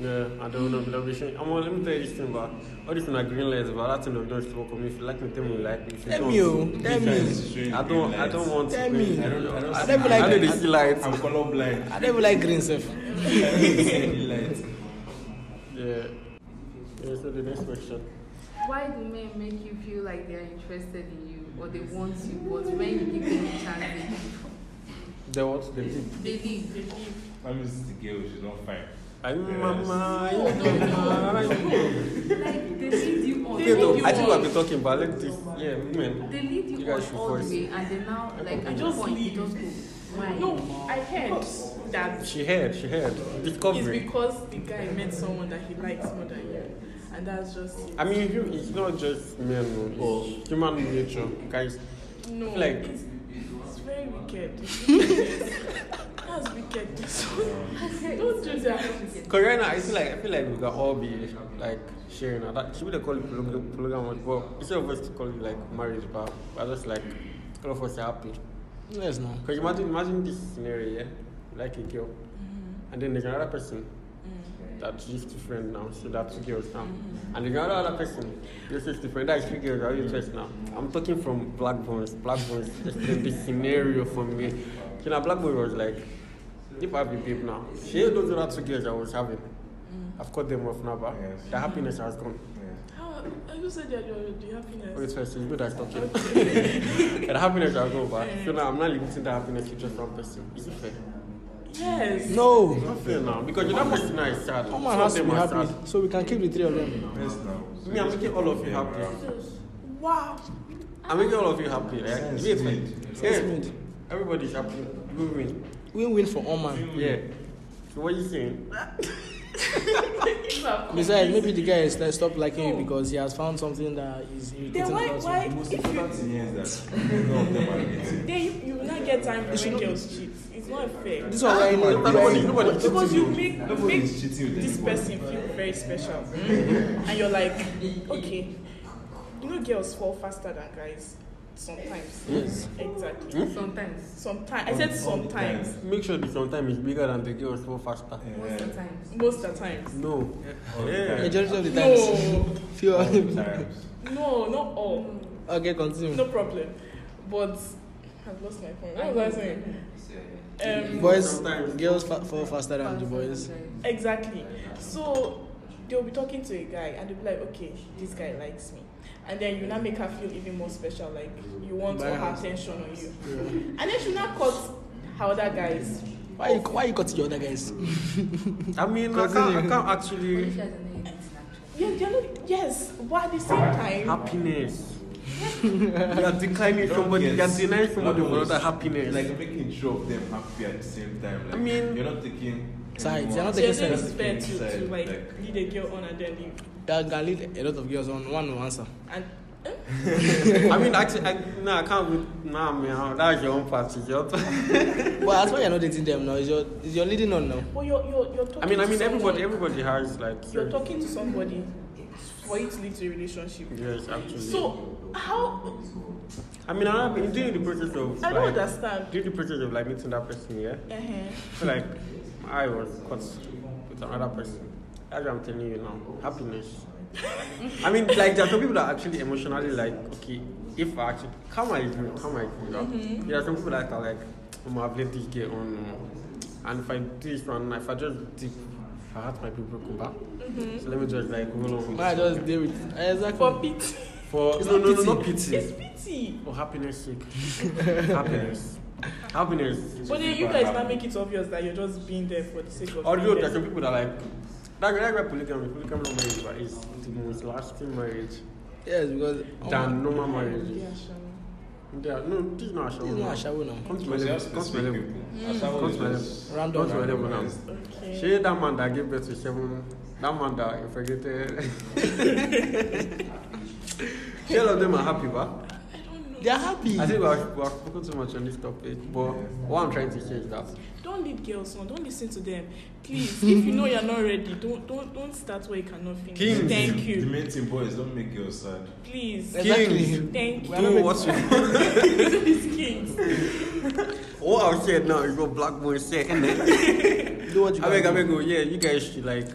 Yeah, I don't know, but I'll be showing. I'm let me tell you this thing, but all this thing are green lights, but that thing of not work on me. If you like me, tell me you like me. If you
Tell
don't,
me, oh, tell
Which one
me.
is showing
I
green
don't, I don't
lights?
want
Tell
to. go
me.
in.
I don't, I don't.
I
see
don't be
lights.
I know
like-
they see lights.
I'm colorblind.
I never like green self.
I don't see any lights.
Yeah. Yeah, so the next question.
Why do men make you feel like they are interested in you or they want you, but when you give them a chance,
The what? The deep.
they, they leave?
That means the girl she's not fine.
I'm
Yes.
mama, you mama.
Like, they leave you on.
They
okay
lead
though.
you
I think we
on.
have been talking, but I like this. Yeah, women.
They lead you,
You guys
on
should
all
voice.
the way, and then now,
É
like, at
Just
just point,
leave.
you just go. Why?
No, I heard that
She heard, she heard.
it's
Discovery.
because the guy met someone that he likes more than you. And that's just it.
I mean, if you- it's not just men, no. it's human nature, guys.
No,
like-
it's, it's very wicked. that's wicked. Don't do that.
Cause right now, I feel like I feel like we can all be like sharing. uh, That should we dey call it polygam- polygamy? But instead of us to call it like marriage, but I just like all of us are happy.
Yes, now.
Cause imagine imagine this scenario, yeah, you like a girl, and then there's another person that's just a friend now, so that's two girls now, and there's another other person, this is different, that is three girls. How you dressed now? I'm talking from Black Bones. Black Bones explained this scenario for me. You know, Black Bones was like, if I have a babe now, she ain't those other two girls I was having. I've cut them off now, but
Yes.
the happiness has gone.
How, you said that you're the happiness.
Wait first, it's good I stopped you. the happiness has gone, but so now I'm not limiting the happiness to just one person. Is it fair?
Yes.
It's
No.
not fair now because you know person now is sad.
Come
Two
on,
of
has to
them
be
are
happy.
sad.
So we can keep the three of them.
Yes, now.
Me, I'm making all of you happy.
Wow.
I'm making all of you happy, right?
Yes,
Wait,
mate.
wait. Yeah.
Yes, mate.
Everybody's happy. You win.
Win win for all man.
Yeah. So what you saying?
You have
Besides, maybe the guy is like stop liking you because he has found something that is
Then
irritating
why,
about
why,
you.
Most
if you,
important thing here is that none of them are dating.
then you, you will not get time for when girls cheat. It's not fair.
This one why you need
Nobody,
why
nobody.
Because you make, you
Nobody
make
is cheating with
this
anybody.
person feel very special. and you're like, okay, you know girls fall faster than guys sometimes.
Yes.
Hmm?
Exactly.
Sometimes.
Sometimes. I said
All the time.
sometimes.
Make sure the sometimes is bigger than the girls so faster.
Most of the
Yeah.
times.
Most of the times.
No. Yeah.
majority of the times.
No,
Few
Times.
no, not all.
Okay,
Mm.
continue.
No problem. But I've lost my point. What was I saying? Um,
Boys,
Sometimes.
girls fa- fall faster than the boys.
Exactly. So they'll be talking to a guy and they'll be like, okay, this guy likes me. And then you now make her feel even more special, like you want all her
Bias.
attention on you. And then she now cut how that guy is.
Why you why you cut the other guys?
I mean, I can't, I
Continue.
can't actually.
Malaysia is an amazing country.
Yeah, they're not, yes, but at the same time,
Happiness. you are declining somebody.
Yes.
You are denying somebody
Not
for
us.
another happiness.
Like making sure of them happy at the same time. Like,
I mean-
you're not taking
Sides,
anyone-
you're not
so you're
taking
saying
sides.
it's fair to,
Side,
to like
like-
lead a girl on and then leave.
That can lead a lot of girls on one no answer.
And
I mean, actually, I, no, I can't. With, nah, man, that's your own party. Your
But that's why you're not dating them now. Is your is your leading on now?
well, you're you're you're talking.
I mean, I
to
mean,
someone-
everybody, everybody has like.
You're talking to somebody for you to lead to a relationship.
Yes, actually.
So how
I mean, I've been doing the process of.
I don't
like,
understand.
During the process of like meeting that person, yeah.
Uh-huh.
So like, I was caught with another person. That's what I'm telling you now. Happiness. I mean, like, there are some people that are actually emotionally like, okay, if I actually, karma is real, karma is real.
Mm-hmm.
There are some people that are like, I'm gonna let this get on, uh, and if I do this one, if I just dip, if I hurt my people, come back.
Mm-hmm.
So let me just like roll on with
Why I
it.
just deal with
For
exactly.
pity.
For
It's
no,
not
no,
pity.
no, not pity.
It's pity.
For happiness sake. happiness. happiness.
But then you guys now make it obvious that you're just being there for the sake of
Although
being
there's
there.
some people that like that that's why polygamy, polygamy not marriage, but it's the most lasting marriage
Yes, because oh,
than normal
Yeah,
marriage.
Shana.
Yeah, no, this is not a show.
this is not a shabu now.
Come to my
Because you have
level. Come to my level.
specific people. As I
Come
was
to my level.
just-
Come
Random.
to my level now.
Okay.
She that man that gave birth to seven. That man that infected. All of them are happy, but
They are happy.
I think we have, we have spoken too much on this topic. But what I'm trying to say is that
Don't lead girls on. Don't listen to them. Please, if you know you're not ready, don't don't don't start where you cannot finish.
Kings.
Thank
The
you.
main thing, boys, don't make girls sad.
Please.
Kings.
Thank you.
are not
do what you
These kings.
What I've said now is what Black Boy said, innit?
Do what you
I beg, I
can.
beg,
do.
oh, yeah, you guys should like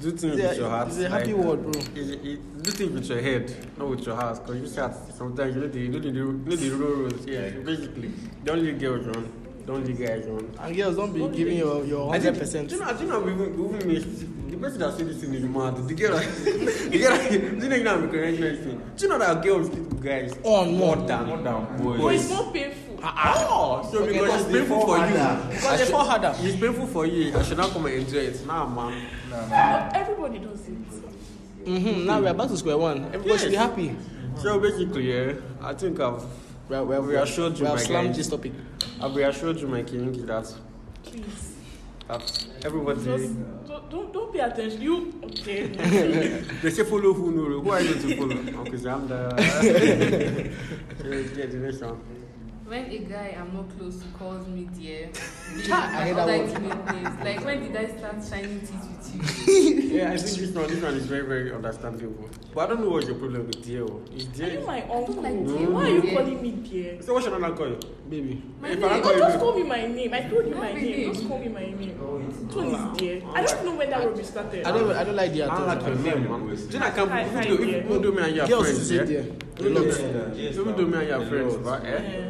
do things
It's
with your
a,
heart.
it's a happy
like,
world, bro.
It's, it, do things with your head, not with your heart, because you see, at- sometimes you know the, you know the, you know the real rules. Yeah, so basically, don't leave girls on, don't leave guys on.
And girls, don't be giving your your
I think-
hundred percent.
Do you know, do you know, we even, we even missed, the person that said this thing is mad. The girl, the girl, do you know, now we correct me, I say, do you know that girls sleep with guys
On
more
more.
than,
More than
But
boys.
it's more painful.
Ah, so
Okay,
because
that's
it's
the
painful for you.
foreheader. Because
I
the
should-
foreheader.
It's painful for you. I should not come and enjoy it. Nah, man.
Nah, nah.
ah.
Everybody does it.
Mm-hmm. Now we are back to square one. Everybody should be
Yes.
happy.
So basically, yeah, I think I've
We have, we have,
We have showed you,
we have
my
slammed
guys.
this topic.
I've reassured you, my king, that
Please.
that
Just
everybody
don't, don't, don't pay attention. You okay?
they say follow who know who are you to follow? okay, so I'm the yeah, yeah, the next one.
When a guy I'm not close to calls me dear,
Ha, Ah, I hear that
like
one.
intimate names. Like when did I start shining teeth with you?
Yeah, I think this one, this one is very, very understandable. But I don't know what's your problem with Dio. Is
Are you
Dio?
my uncle?
like
dear.
Why are you
Yeah.
calling me dear?
So what should I not call you?
Baby.
My
If I
name.
don't
Oh, just
call
call me my name. I told you my
Not
name.
really.
Just call me my name. Tone is dear. I don't know when that will be started.
I don't I don't like the at
Oh, I
all.
don't like your name, man. Do you know I can't
Hi, hi,
if you do-
dear.
if you do me and your
Girls
friends,
is it
yeah?
there.
If you do
Lots.
me-
Yes,
if you do me and your
ma'am.
friends,
A lot.
right, eh?
Yeah.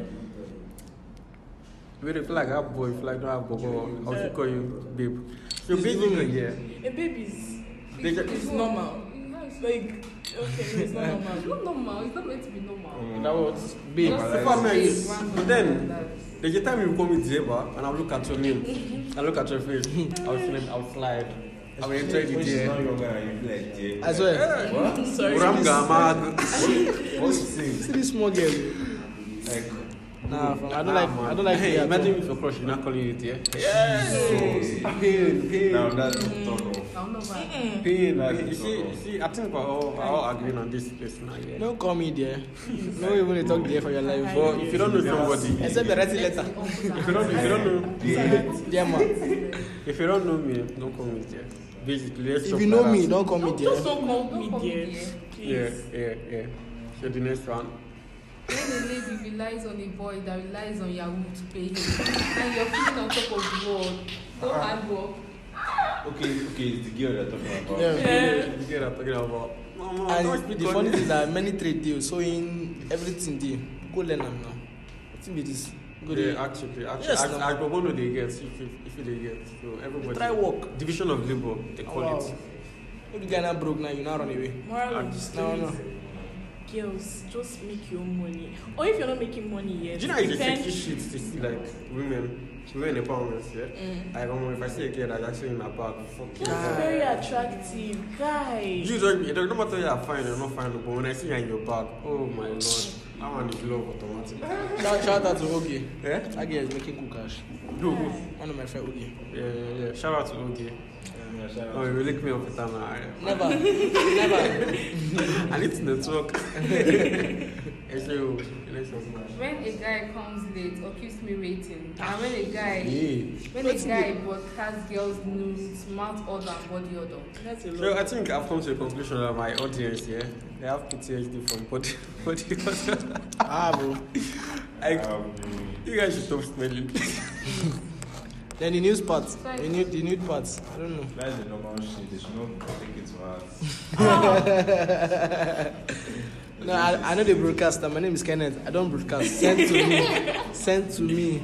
Wait, if you like have boy, if you like don't have bobo, I'll still call you babe. So
It's
basically,
women.
yeah.
A baby's
They
It's,
get-
it's normal. It's not-
like okay, no, it's not
it's
normal.
not normal. It's not meant to be
Mm.
normal.
That was babe.
Just
If
say
é
I'm nice,
random
but
like
then
that.
there's a time you call me Zeba and I look at your name, I look at your face, I'll slide, I'll slide, I'll enjoy the
When she's not
day.
younger and you be like, yeah.
As well.
What?
I'm sorry.
Uram gamad.
What's this?
See this small girl.
Like,
Nah, fam, I don't like I don't like
Hey,
the at
imagine
all.
if your crush is not calling you dear.
so- now that's talk of.
I'll not buy.
Mm-mm.
Pain.
That's
You
the
see,
problem.
you see, I think we're all, we're all agreeing on oh, this place now. Yeah.
Don't call me there. No even they talk there for your life.
But if you don't know somebody,
Except you're writing
Let's
letter.
see
if
what
you
happens.
don't, if you don't know,
Dear man.
if you don't know me, don't call me dear. Basically, let's
If
stop
you know
like
me,
that.
don't call me
Don't,
there.
just don't call
Don't
me
call me
dear.
dear.
Yeah,
Please.
yeah, yeah. So the next one.
When a lady relies on a boy that relies on Yahoo to pay him, and you're feeling on top of the world, no hard work.
Okay, okay, it's the girl they're talking about.
Yeah.
Yeah.
You get what I'm talking about. Mama, don't
And
speak
the
on
funny
this.
thing is that many trade deals, so in everything there. Go learn them now. What be this? Go
Yeah,
there.
actually, actually,
Yes,
actually,
now.
I don't know they get if if, if they get. So everybody.
Try work.
Division of labor, they call
Wow.
it.
If the guy now broke now, you now run away.
Moral of the
No,
story
no.
is girls, just make your own money. Or if you're not making money yet,
Do you know it's a
pretend-
tricky shit to see like women, women in pounds, yeah?
Mm.
I don't know if I see a girl that's actually in my bag, fuck you.
Just very attractive guy.
You don't, it don't matter if you're fine or not fine, but when I see her in your bag, oh my lord, that one is love automatic.
Shout, shout out to Ogie.
yeah?
That girl is making good cash.
No, no.
One of my friend Ogie.
Yeah, yeah, yeah. Shout out to Ogie.
Yeah, shout out.
Oh, you lick me up with that now.
Never, never.
I need to network. SEO, next one.
When a guy comes late or keeps me waiting, and when a guy
Yeah.
when a guy broadcasts girls' news, mouth odor and body odor.
That's a lot.
So I think I've come to the conclusion that my audience, yeah, they have PTSD from body body odor.
Ah, bro.
Like,
Um,
you guys should stop smelling.
Then the news part. The new, the new part. I don't know.
that's the normal shit. They should not take it to heart.
No, I, I know the broadcaster. My name is Kenneth. I don't broadcast. Send to me. Send to me.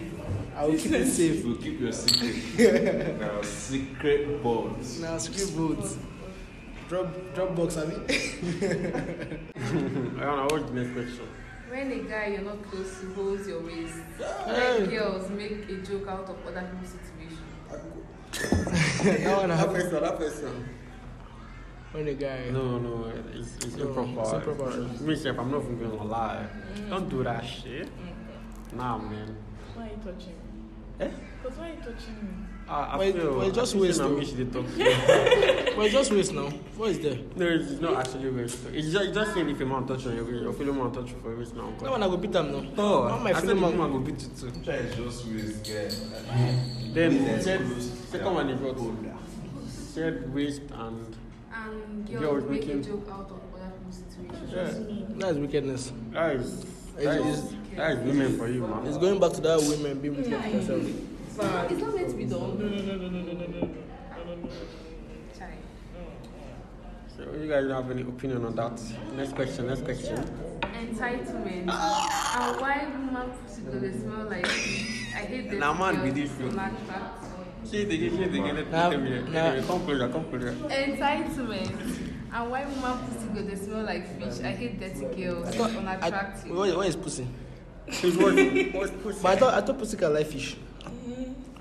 I will keep it
If
safe.
you keep your secret, now secret balls.
Now screw votes. Drop, drop box, I mean.
I don't know what's the next question.
When a guy you're not close to holds your waist,
Hey.
when girls make a joke out of other people's situation.
that one happened.
that person.
When the guy.
No, no, it's, it's
No,
improper.
it's improper.
Me, chef, I'm not even gonna lie. Don't do that shit. Nah, man.
Why are you touching me?
Eh?
Because why are you touching me?
I, I
Wait,
feel.
wait,
I
just
feel
waste
now
though.
me should talk.
But just waste now. What is there?
No, it's not actually waste. It's just, it's just saying if a man touch you, you're, you're feeling more touch for waste now.
That one I go beat them now.
Oh,
Not
I
my
said the
feeling, man.
woman will beat you too.
Try to just waste, guy.
Then
Yes.
said second one is what? Said waste and
And girls
Girls
make
making-
a joke out of other people's situation.
yeah.
That's wickedness.
That is that
It's-
is that is women for you, man.
It's going back to that women being wicked to themselves.
It's not meant to be done. Chai.
So you guys don't have any opinion on that? Next question. Next question.
Entitlement. and why woman pussy gonna smell like fish? I hate
Na man be this
smell.
thing.
Matter of fact.
See the see the get
Nah, nah.
Anyway, come closer. Come closer.
Entitlement. And why woman pussy gonna smell like fish? I hate dirty girls.
I thought- I-
Unattractive.
What, what is pussy?
She's what? What's pussy?
But I thought I thought pussy can like fish.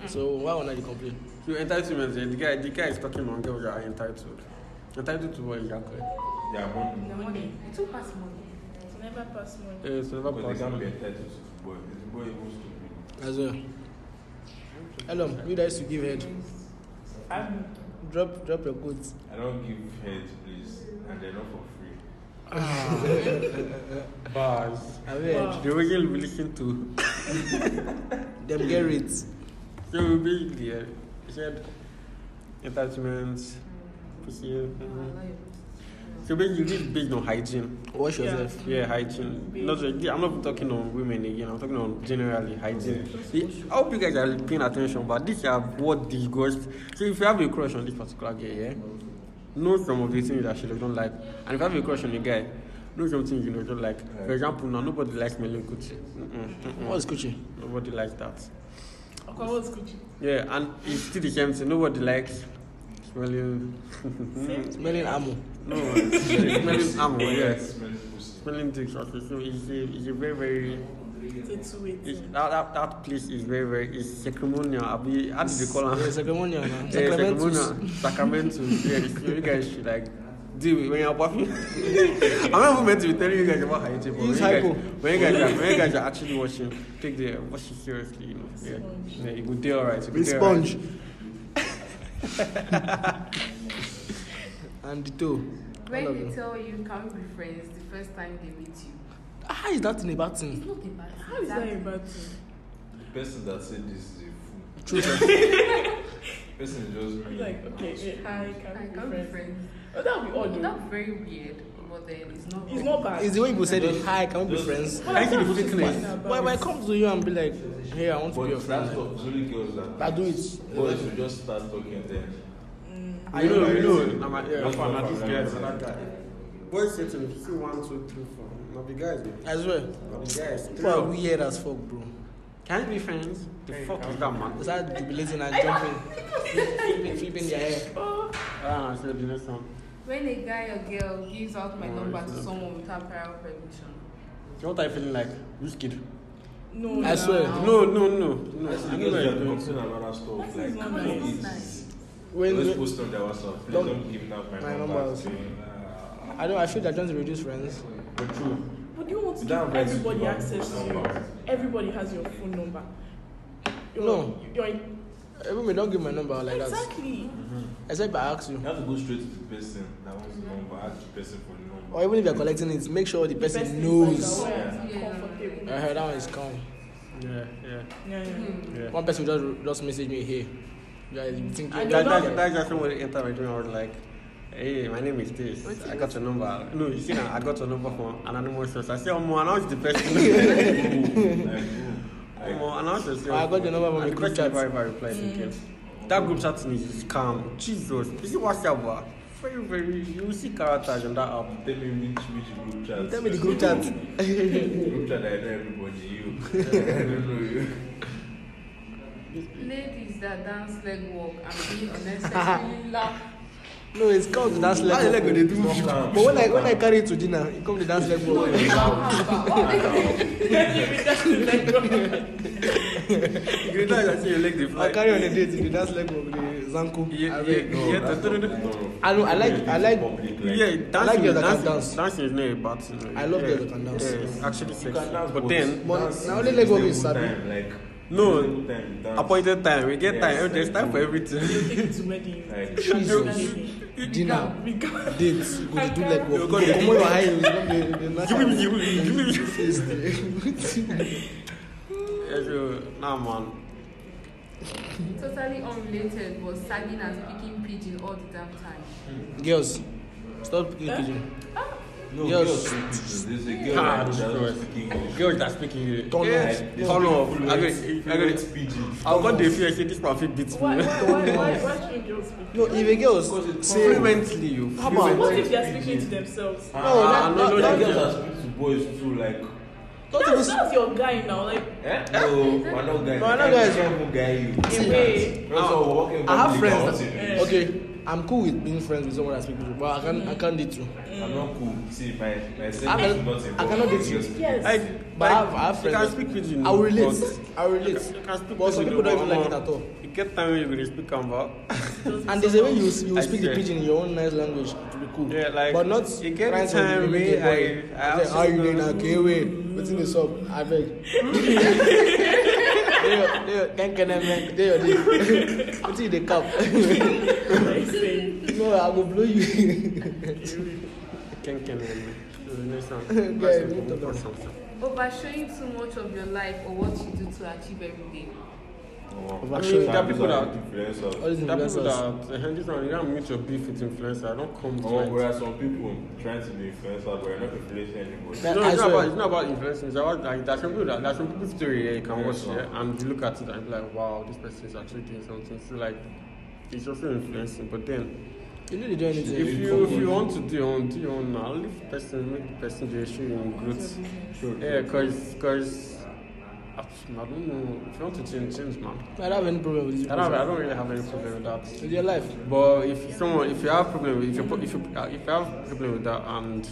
So why would I dey complain?
So entitlement, yeah, the guy, the guy is talking on girls that are entitled. Entitled to what exactly?
They are born
The money. It will pass money. It will never pass money.
Yeah, so never
because they
pass.
can't be entitled to the boy. Is the boy even stupid?
As well. Hello, you guys to give head.
I'm
Drop drop your goods.
I don't give head, please, and they're not for free.
Bars.
I mean,
Wow.
The way we listen to.
them get rates.
So basically, yeah, he said entitlement, pussy. mhm. So basically, this is based on hygiene.
Wash
Yeah.
yourself.
Yeah, hygiene. Not, really- I'm not talking on women again. I'm talking on generally hygiene. See, I hope you guys are paying attention, but this are what disgusts. So if you have a crush on this particular girl, yeah, know some of the things that she does not like, and if you have a crush on a guy, know some things you don't like. For example, now nobody likes smelling coochie. Mm-mm, mm-mm.
What's Gucci?
Nobody likes that.
Okay, what's Gucci?
Yeah, and it's still the same thing. Nobody likes smelling.
Smelling ammo.
no, smelling ammo. Yes,
Smells pussy.
smelling dicks. Okay, so it's a, it's a very very.
It's a two-way
It's,
thing.
that, that, that place is very, very, it's ceremonial. Abi, how do they call
Yeah,
it?
ceremonial. man.
Yeah,
Sacramentus.
ceremonial. Sacramento. Yes, you guys should like deal with when you're performing. I'm not even meant to be telling you guys about hygiene, but when you,
Use
guys,
hypo.
when, you guys are, when you guys are actually watching, take the watch it seriously, you know. Yeah, yeah you could do alright. you go
With
dey
sponge. and the toe. All of
When
them.
they tell you can we be friends the first time they meet you,
How Ah, is that in a bad
it's
thing?
not a bad thing.
How is that a
That's-
bad thing?
The person that said this is a fool.
True.
The person is just
I'm
being
like, okay, wait, hi, can we
I
be
can't be
friends?
friends.
Oh, that would be odd,
Not
though.
very weird, but then it's not.
It's
wrong.
not bad.
It's the way people said it. Hi, can we be
Just-
friends?
Well, I
Thank you,
can't
the
put
fitness.
it
Why why I come to you and be like, hey, I want to
But
be your
that's
friend?
not it's only girls
I
that.
do it.
Boys should just start talking then.
You know, you know, I'm a, yeah,
Just
I'm a,
talk
this guy,
around.
is another guy. Boys say to me, see one, two, three, four. Not the guys, man.
I swear.
Not the guys.
People are weird as fuck, bro.
Can we be friends? The fuck is that, man?
They start jubilating and jumping, flipping, flipping their hair.
Ah, so the next one.
When a guy or girl gives out my
No,
number
it's
to
not.
someone without prior permission,
So what are you feeling like? Which kid?
No,
I
nah.
swear.
No, no, no, no.
I see
I
girls that are
know
posting another stuff.
That is
Like,
not
don't
nice.
eat.
Nice.
When,
Let's
when
post on their WhatsApp. Please
Don't-
don't, give out my,
my
number.
numbers.
to me. Ah,
I don't, I feel they're trying to reduce friends.
But true.
But do you want to
You don't
give
have rights to
everybody
give out
access to
phone
you?
numbers.
Everybody has your phone number. You're,
No.
You're in,
Everybody don't give my number like that.
exactly.
Except if I ask you.
You have to go straight to the person that wants the number. Ask the person for the number.
Or even if you're collecting it, make sure the
The person
person
is
knows. Uh-huh.
like aware
Yeah.
and comfortable.
I heard that one is calm.
Yeah, yeah,
Yeah, yeah.
Hmm.
yeah.
One person will just just message me here. Yeah, you think
I
you're
That,
don't
that,
know.
that's just when we entered my dream. I was like, hey, my name is this. I got your number. No, you see, now, I got your number from anonymous source. I said, oh, man, announce the person.
Like,
oh, man, announce yourself.
I got your number from
And the
the group
person
chat. Mm.
never ever replied again. That group chat thing is scam. Jesus. You see what's that about? Very, very, you see characters on that app.
Tell me which, which group chat.
Tell me the group chat.
group chat, I know everybody. You. I don't know you.
Ladies that dance leg walk and be unnecessarily loud.
no, it's called the dance
How the leg
leg.
go
walk.
dey do?
But when I when I carry it to dinner, it come the dance leg.
Oh,
walk.
You can tell that your leg dey fly.
I carry on a date the dance leg walk, the zanko.
Yeah,
I
yeah,
beg.
yeah.
that's
do- do-
not-
do-
that's not-
I know, I like- I like-
Public,
Yeah, dancing,
I like girls that
dancing,
can dance.
dancing is not a bad thing.
I love
yeah.
girls that can dance.
Yeah, it's actually sexy.
can dance,
but then,
But
Dance
now
is
only leg walk is
stable
sabi.
time, Like,
No.
stable time, dance.
appointed time, we get
Yes,
time, there's
I
time for
do.
everything.
You'll take it to wedding.
Like,
Dinner, date,
Regardless.
you go dey do leg
You
walk.
go
You
dey
Come
do-
on your high heels, come dey- dey knock
Give me,
out.
give me, give me. Yeah,
Face dey.
so, nah, man.
Totally unrelated, but sagging and speaking pidgin all the damn time.
Girls, stop eating pigeon.
No,
Yes.
girls speak English. There's a girl
Ah,
that
Jesus.
doesn't speak English.
Girls that speak English.
Turn
yeah.
They
off.
Turn off.
speak
I
fluent-
got, I
fluent
got,
speaking.
I've got the fear, say this man fit beat
Why, why,
me.
why, why, why should girls speak?
No, if a girl say,
Fluently, you.
How about-
What if they're speaking to themselves?
Ah,
No,
that-
no,
that- that-
no, girls that speak to boys too, like,
don't even
That's, that's your guy now, like,
eh? No, we're not guys.
No, we're not
Guys
guys.
can't even guy you.
in a way.
Girls are walking
I have
public,
friends.
I want to
Eh.
know.
Okay, I'm cool with being friends with someone I speak with, but I can't, I can't date you.
I'm not cool. See, my, my
I
sense
can-
is not involved.
I cannot date you.
Yes.
Like,
But I
like,
have- I have
you can
friends-
speak with you.
I will relate.
but-
I will relate.
You can speak
But some
pidgin,
people don't even
but-
like it at all.
You get time when you will speak Canva.
And there's a way you you
I
will speak the
swear.
pidgin in your own nice language to be cool.
Yeah, like,
but not
you get
friends
the time
with the
where
gay boy.
I- I
Say,
also
how you
know-
doing? Okay, wait. What's in the sub? I beg. Dey your dey your ken ken em em. Dey your dey. What's in the cap? no, I go blow you.
Ken Ken. um, so the next one.
Yeah,
Person,
you talk
person,
about-
person.
Overshowing too much of your life or what you do to achieve everything.
Oh,
Over-
I
Sure.
mean, there are people that
All
influencers.
these
there are people
influencers.
that uh, this one, you don't meet your beef with influencer. Don't come
Oh,
to it.
whereas some people trying to be influencers, but you're not influencing anybody.
That-
No,
I
it's not
swear.
about it's not about influencing. It's about like there's some people that there's some people story yeah, you can watch yeah, and you look at it and be like, wow, this person is actually doing something. So like, it's also influencing. But then,
You know they do anything.
if you if you want to do your own, do your own now. Leave the person, make the person do a show in growth.
Sure.
Yeah, cause cause I don't know. If you want to change, change, man.
I don't have any problem with this.
I don't I
person.
don't really have any problem with that.
With your life.
But if someone, if you have problem, with- if you put- if you uh, if you have problem with that and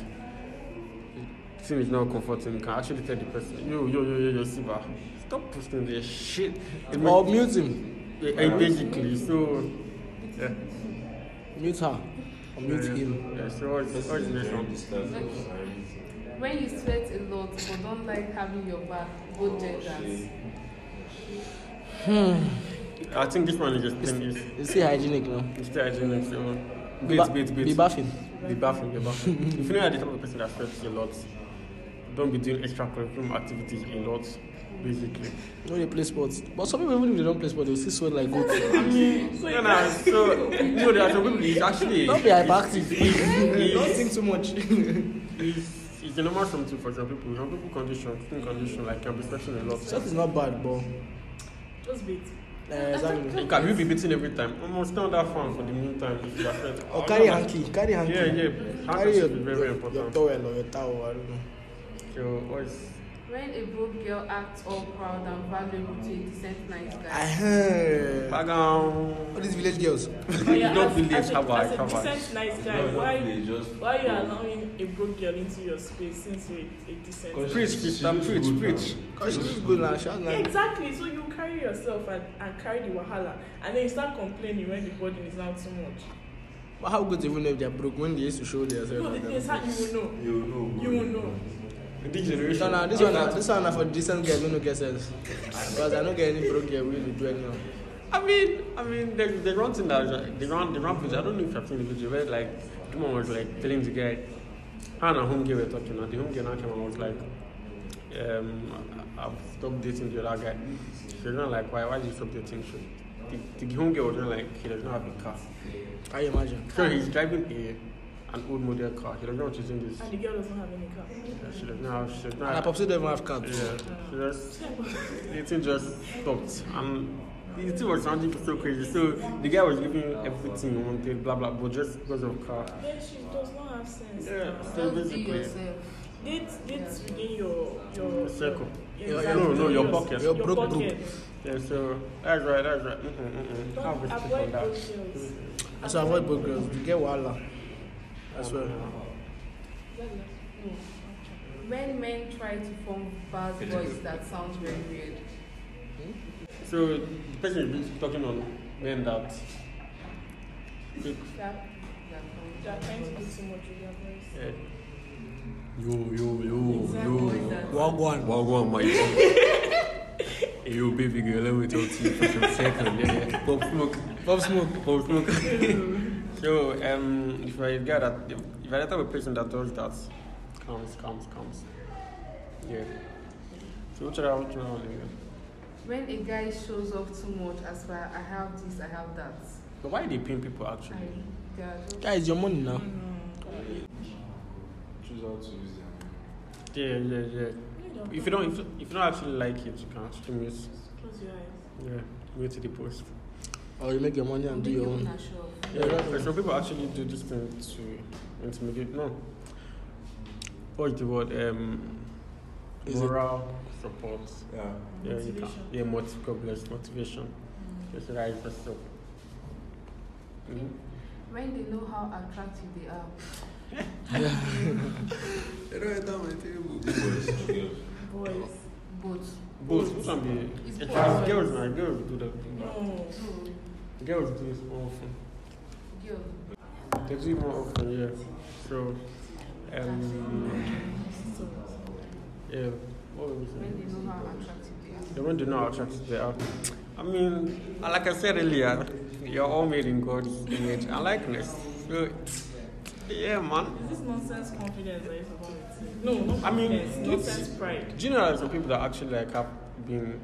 the thing is not comforting, you can actually tell the person, yo yo yo yo yo, Siba, stop posting this shit. It
Or
may-
mute him.
eh, eh, basically, so yeah,
Mute her. Or mute
yeah,
him.
Yeah, so what's what's the next
Very
one?
disturbing.
When you sweat a lot but don't like having your back, both genders.
I think this one is just ten years.
It's still hygienic now.
Instead, I didn't say one.
Be
Bait,
ba-
bait, bait.
Be baffing.
Be baffing, be baffing. if you know you're the type of person that sweats a lot, don't be doing extracurricular activities a lot, basically.
No, they play sports. But some people, even if they don't play sports, they will still sweat like goats.
No, no, so, no, there are some people, it's actually...
Don't be hyperactive. don't
It's,
think too much.
it's, it's a normal something for some people. Some people condition, skin condition, like, can be sweating a lot.
Shot is not bad, but.
Just wait.
Uh, exactly.
You can you be beating every time. Almost stay on that fan for the meantime if you are sweating.
Or Oh, carry hanky. Carry hanky.
Yeah, yeah. Handkerchief
Carry your,
is very, very
your, your
important.
towel or your towel. I don't know.
So, what is...
When a broke girl acts all proud and valuable to a decent nice
I
guy.
heard. All
Bagan...
these village girls.
Oh, yeah,
don't
as-
believe
as a-
how I-
as a
how I-
decent, nice guy,
No,
why-
they just-
Why are you allowing a broke girl into your space since you're a decent
Cause
Preach,
she-
sister,
she looks
preach,
good
preach.
now.
Cause she looks good now. She has like.
Exactly, so you carry yourself and, and carry the wahala, and then you start complaining when the burden is now too much.
But how good even if they're broke when they used to show themselves?
No, the
like
thing is,
that?
how you will know.
You know.
You will know.
This generation...
No, no, this one, na- this one na for decent girls who no get sense. Because I don't get any broke girl will do anyhow.
I mean, I mean, the the one thing that was, like, the one the one video. I don't know if I've seen the video, but like, the woman was like telling the guy, her and her home girl were talking, and the home girl now came and was like, um, I- I've stopped dating the other guy. She was not like, why, why did you stop dating? She, the, the home girl was not like, he does not have a car.
Can you imagine?
So he's driving a an old model car. He does not want to change this.
And the girl doesn't have any car.
Yeah, She does not have. She does not.
And I popsi don't even have cats.
Yeah, she just the thing just stopped and the thing was sounding so crazy. So the guy was giving everything he wanted, blah blah, but just because of car.
Then she does not have sense.
Yeah, so
Just be
basically,
yourself.
Date, date within your your
circle.
your-
Your-
exactly,
no, no, your
within
pocket.
Your,
Your broke
pocket.
Yeah, so that's right, that's right. Mm-hmm, Mm-mm, mm-mm.
Don't
Can't restrict on
avoid
that.
those girls.
So avoid broke girls. You get wahala. I swear.
When men try to form bad boys that sounds very weird.
So the person is talking on men that
That, that
They are trying to do too much with their voice.
eh, yo yo yo yo.
Exactly.
Wagwan.
Wagwan, my Yo, baby girl, let me talk to you for some second. Yeah, yeah. Pop smoke.
Pop smoke.
Pop smoke. so, um, if I get that, if, if I get a person that does that, comes, comes, comes. Yeah. So, what should I what should I do?
When a guy shows off too much as far I have this, I have that.
But why they paying people
I,
actually?
they are just-
That is your money now.
Choose how to use them.
Yeah, yeah, yeah. If you don't, if, if you don't actually like it, you can stream it.
Close your eyes.
Yeah, wait till the post.
Or you make your money and do your own.
Not sure.
Yeah, but some people actually do this thing to intimidate. No. What's the word? Um,
Is it-
moral support.
Yeah.
Yeah, you can. Yeah,
Mm.
motiv- God bless motivation. Just rise yourself. Mhm.
when they know how attractive they are.
They don't enter my table. Boys, or girls.
Boys.
Both.
Both. Which one be?
It's
It's
both.
girls now. Girls do that. thing now.
No.
So,
Girls do it more often.
girl.
They do it more often, yeah. So, um,
So,
yeah. What were we saying?
When they know how attractive they are.
They want to know how attractive they are. I mean, uh, like I said earlier, you're all made in God's image and likeness. So, yeah, man.
is this nonsense confidence that you're supposed to say? No, not
I mean,
confidence.
it's-
nonsense pride.
Do you know that some people that actually like have been,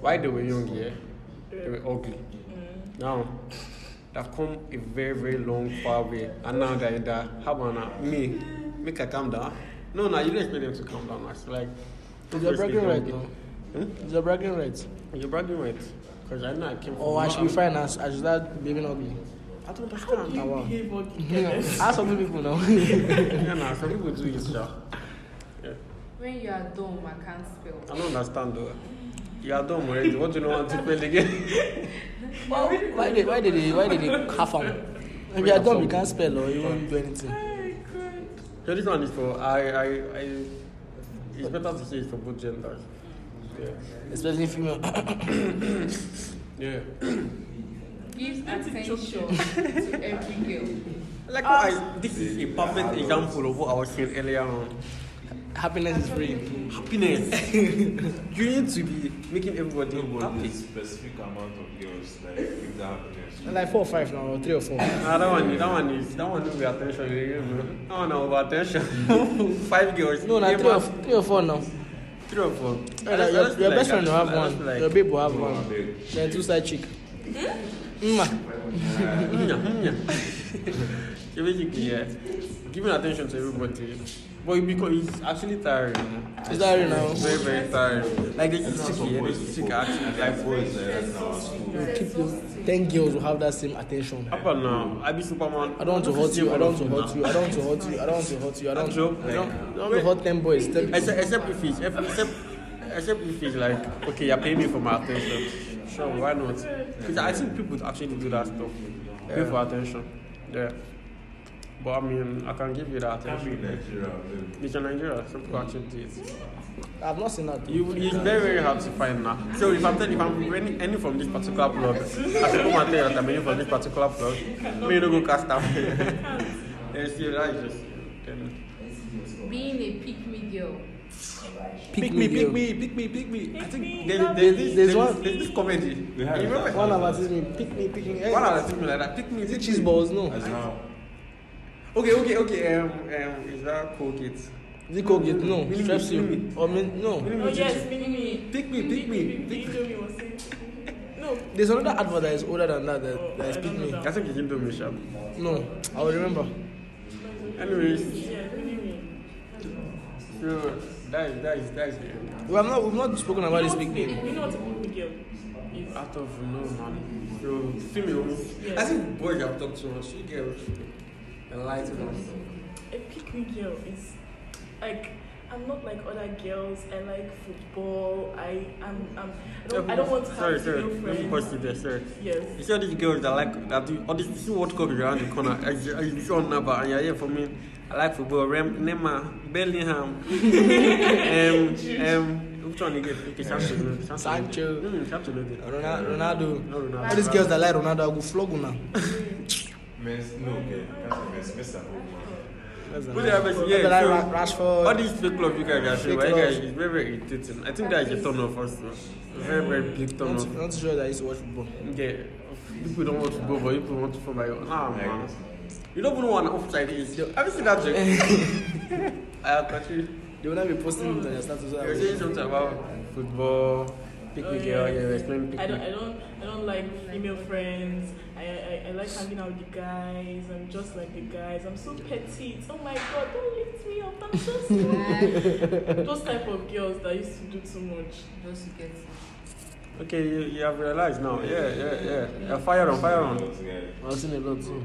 while they were young, yeah, they were ugly.
Mm.
Now, they've come a very, very long, far way. And now they're in that, how about now? Me, make I calm down. No, no, you don't expect them to calm down. It's like,
They're bragging right now.
Hmm?
They're bragging right.
You're bragging right. Because I know I came from.
Or Oh, I should be
I'm-
fine as I should start behaving ugly. I don't
How do
understand.
you
Wow.
behave ugly?
Ask some people now.
yeah, nah, some people do it, sha. Yeah.
When you are dumb, I can't spell.
I don't understand though. You are dumb already. What do you know want to play the game?
Why, why did why did they why did they half am? If you are dumb, you can't spell or you won't do anything.
Hey, God.
so this one is for I I I. It's better to say it's for both genders. Yeah.
Especially female.
Yeah.
Give
That's a joke.
attention to every girl.
Like what I, this is a perfect example of what I was saying earlier on.
Happiness is free.
Happiness. you need to be making everybody
Nobody
happy.
is specific amount of girls like give that happiness.
Like four or five now, or three or four.
Nah, that one, that one is that one is the attention. You know? That one over attention. Five girls.
No, like
yeah,
three or
man.
three or four now.
Three or four.
Yeah, like your, your best friend will have one. your babe will have
No, I
one.
beg.
Then two side chick. Mm.
so basically, yeah, giving attention to everybody. But it because it's actually tiring. you know.
It's tiring now.
It's very, very tiring. Like, they get sick, yeah, they get sick actually. Like,
Like boys like that now at school.
Keep you. Hmm. Ten girls will have that same attention.
up and now, I be Superman.
I don't want to hurt you. I don't want to hurt you. I don't want to hurt you. I don't want to hurt you. I don't.
Joke,
I don't,
like-
I don't want to hurt ten boys. Ten people.
Except, except if it's, if, except, except if it's like, okay, you're paying me for my attention. Sure, why not? Because I think people actually do that stuff. Pay for attention. Yeah. But I mean, I can give you that
Can't be
attention.
Nigeria, babe.
It's in Nigeria, some people actually do it.
I've not seen that.
You, it's very, very hard to find now. So if I'm telling if I'm any, any from this particular blog, I should go and tell you that I'm any from this particular blog. Me no go cast them. Yes, you right. Just then.
Being a pick me girl.
Pick me, pick me.
pick me, pick me. I think
Pick
there, there's,
me,
there's,
love me.
this,
There's
there's,
one-
there's this comedy.
They have
you remember?
that.
One
One advertise me. Pick me, pick me. Hey,
of the things like that. Pick me, pick
cheese
me.
balls. No.
As now,
Okay, okay, okay. Um, um, is that Colgate?
Is it Colgate? No.
Mini-me, mini-me.
Strepsil. Or min- no.
Oh, yes, mini me.
Pick me, pick me. Pick me.
Indomie was saying. No.
There's another advert that is older than that. That,
Oh,
that is
I
pick
don't know
me.
that.
I think it's Indomie, sha.
No, I will remember.
Anyways,
Yeah, mini me.
so that is that is that is the end.
We have not. We've not spoken about this big
You
name.
know what a big girl is?
Out of no man. So females.
Yeah.
I think boys have talked too much. You girls enlighten us.
A pick me girl is like I'm not like other girls. I like football. I I'm, I'm I don't I don't want to have
sorry, sorry.
female
Let me
friends.
pause you there, sorry.
Yes.
You see all these girls that like that do all this you see World Cup is around the corner. I I- you see on number and you're here for me. I like football, Rem Neymar, Bellingham. um um which one again? Okay, Sancho.
Sancho.
No, no, Sancho. no, no.
Ronaldo. Ronaldo.
No, no, no.
All these girls that like Ronaldo, I go flog una.
men's no girl. Can't be men's men's are old man.
That's
Who they are best-
But I
Yeah,
like
so,
Rashford.
All these fake love you guys are saying,
Fake
but you guys,
love.
it's very, very irritating. I think that is a turn off also. Very, very big
I'm
turn
not,
off.
I'm not sure that I used to watch football.
Yeah, people don't want to go, but people want to follow your. Nah, man.
Like,
You don't even want offside is. Have you seen that joke? I have actually.
They will not be posting it on their status.
You were saying something about football, pick
Oh,
me
yeah.
girl, yeah, we're playing pick
I don't,
me.
I don't, I don't like female friends. I, I, I like hanging out with the guys. I'm just like the guys. I'm so petite. Oh my god, don't lift me up. I'm just
Nah,
those type of girls that used to do too much.
Just to get
Okay, you, you have realized now. Yeah, yeah, yeah. yeah fire on, fire on.
those guys.
I've seen a lot too.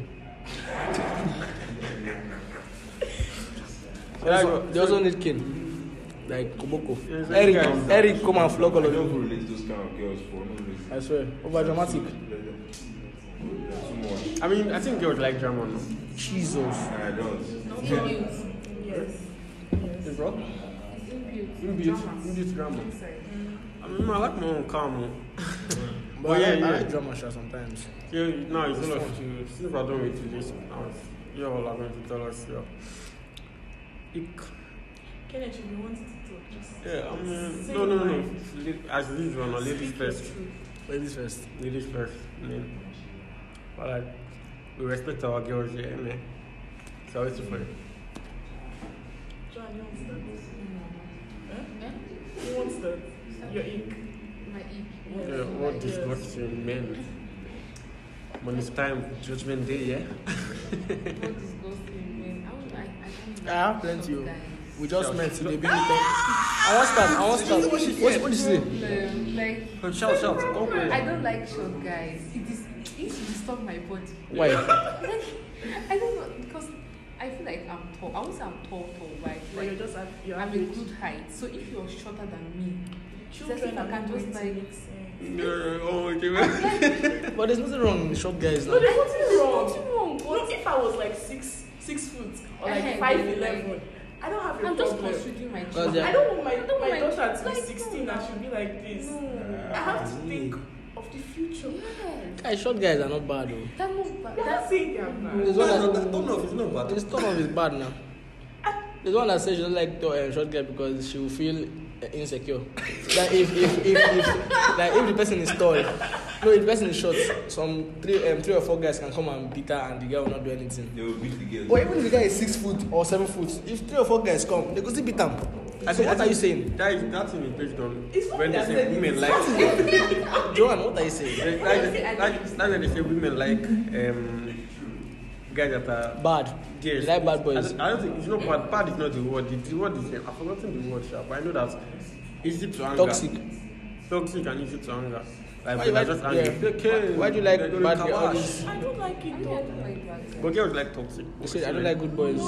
They
Yeah,
also,
but-
they also need kin. Like Koboko.
Yeah, so
Eric,
you guys-
Eric, come and flog all
I
of
don't
you.
relate those kind of girls for no reason.
I swear. Over dramatic.
They're too much. one.
I mean, I think girls like drama now.
Jesus.
And I don't.
It's inbuilt.
Yes.
It's what?
It's inbuilt.
Inbuilt.
Dramas.
Inbuilt drama.
Sorry.
I mean, I like my own calm.
But
Oh, yeah,
I, like- I
yeah.
like drama show sometimes.
Yeah, now it's all of you. See if I don't wait till this. Now, you all are going to tell us your. Ick.
Kenneth, if you wanted to talk, just
Yeah, I mean,
say
no, no,
your
no.
mind.
Le- As usual, no, ladies
Speak
first.
your truth.
Ladies first.
Ladies first. I mean, but like, we respect our girls here, man. So it's for
Joanne, you want to start?
Eh?
Who wants to start? Your ink.
My ick.
Yeah,
yeah, all
like
this
girls.
not to men. When it's time, judgment day, yeah?
What disgusting men. I would- I- I can't
I have plenty
some
of-
guys.
We just
Shout.
met today. Being I want start. I want start. What what did she Oh, say?
Problem, Um, Like,
Shout, shout. Don't play.
I don't like short guys. It is it used to disturb my body.
Why?
Like, I don't know because I feel like I'm tall. I won't say I'm tall, tall, right?
But you're
Like,
just at your
I'm a
average.
good height. So if you're shorter than me,
Children
Just if I
are
can
going
just
to
like-
mix in.
No, oh, okay, man.
But there's nothing wrong with short guys now.
No, there's nothing
what's
wrong.
wrong?
No, if I was like six, six foot or like
Eh,
five
like-
eleven, I don't have a
I'm just
problem.
considering my
Cause
child.
they're-
I don't want my,
don't
my
want-
daughter to be
like,
16
no.
and she'll be like this.
No.
I have to think of the future.
Yeah.
Guys, short guys are not bad though.
That move,
I'm
but
not
that's
saying they're bad.
There's one that-
don't know if it's not
This turn off is bad now. There's one that says she doesn't like to, uh, short guy because she will feel uh, insecure. that if if if, if like if the person is tall, no, if the person is short, some three um, three or four guys can come and beat her and the guy will not do anything.
They will beat the girls.
Or even if the guy is six foot or seven foot, if three or four guys come, they could still beat him.
I
so
think-
what
I
are
think
you saying,
That, is, that thing is based on
It's not
when they
that
say
said
women
it's
like.
Johan? What are you saying?
That- that- that- That's when they say women like um, guys that are.
Bad.
Yes.
They like bad
I
boys.
don't, I don't think it's not bad. Bad is not the word. The, the word is. I've forgotten the word, sha, but I know that easy to anger.
Toxic.
Toxic and easy to anger. Like,
Why
why
you like-
just
yeah.
angry.
Why- why do you like
They go
bad
to
girl- all
kawash.
these-
I don't like
I
it
mean, I
though.
don't like that.
But girls like toxic.
They say, I don't like good boys. I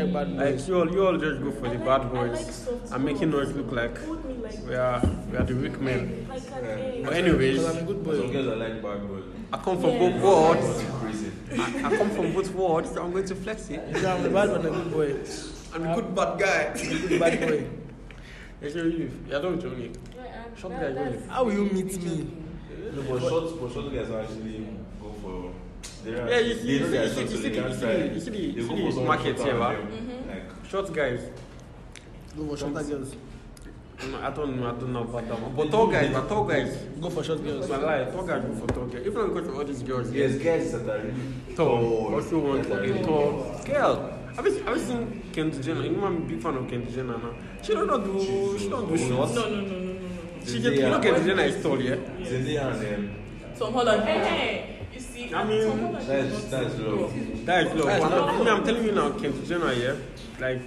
like bad
Like
boys.
you all, you all just go for
I
the
like- I
bad
like
boys
soft
and making
girls.
us look like
Hold me like
we are we are the weak men.
Like an
Yeah.
egg.
But anyways,
Because I'm a good boy.
Some girls are like bad boys.
I come from
Yeah.
both worlds.
It's crazy.
I, I come from both worlds. So I'm going to flex it.
Yeah, I'm a bad one, a good boy.
I'm a good bad guy.
I'm a good bad boy.
Actually, you, you are not joking. Short guy, really.
How will you meet me?
No, but short, but short guys actually go for. There
Yeah, you see-
there
you
guys
see- you
actually
see the-
can't
you see
try.
the- you see the-
They
you
go
see
for
the
someone
market
shorter
here,
than them. Like,
Short guys.
Go for shorter girls.
No, I don't know. I don't know about that one. But tall guys, but tall guys.
Go for short girls.
My life, tall guys go for tall guys. Even because of all these girls.
yes, guys that are really
Tall. Also want
that are really
a tall girl. Have you, have you seen Kendall Jenner? You know I'm a big fan of Kendall Jenner now. She don't know do she don't do short.
No, no, no, no, no, no.
She get you know Kendall Jenner is tall, yeah.
Zendaya and um,
Tom Holland. Hey, hey. You see,
I mean,
Tom Holland is
that's
not
that's
tall.
low.
That is
That's
love.
love.
Me, I'm telling you now, Kendall Jenner, yeah. Like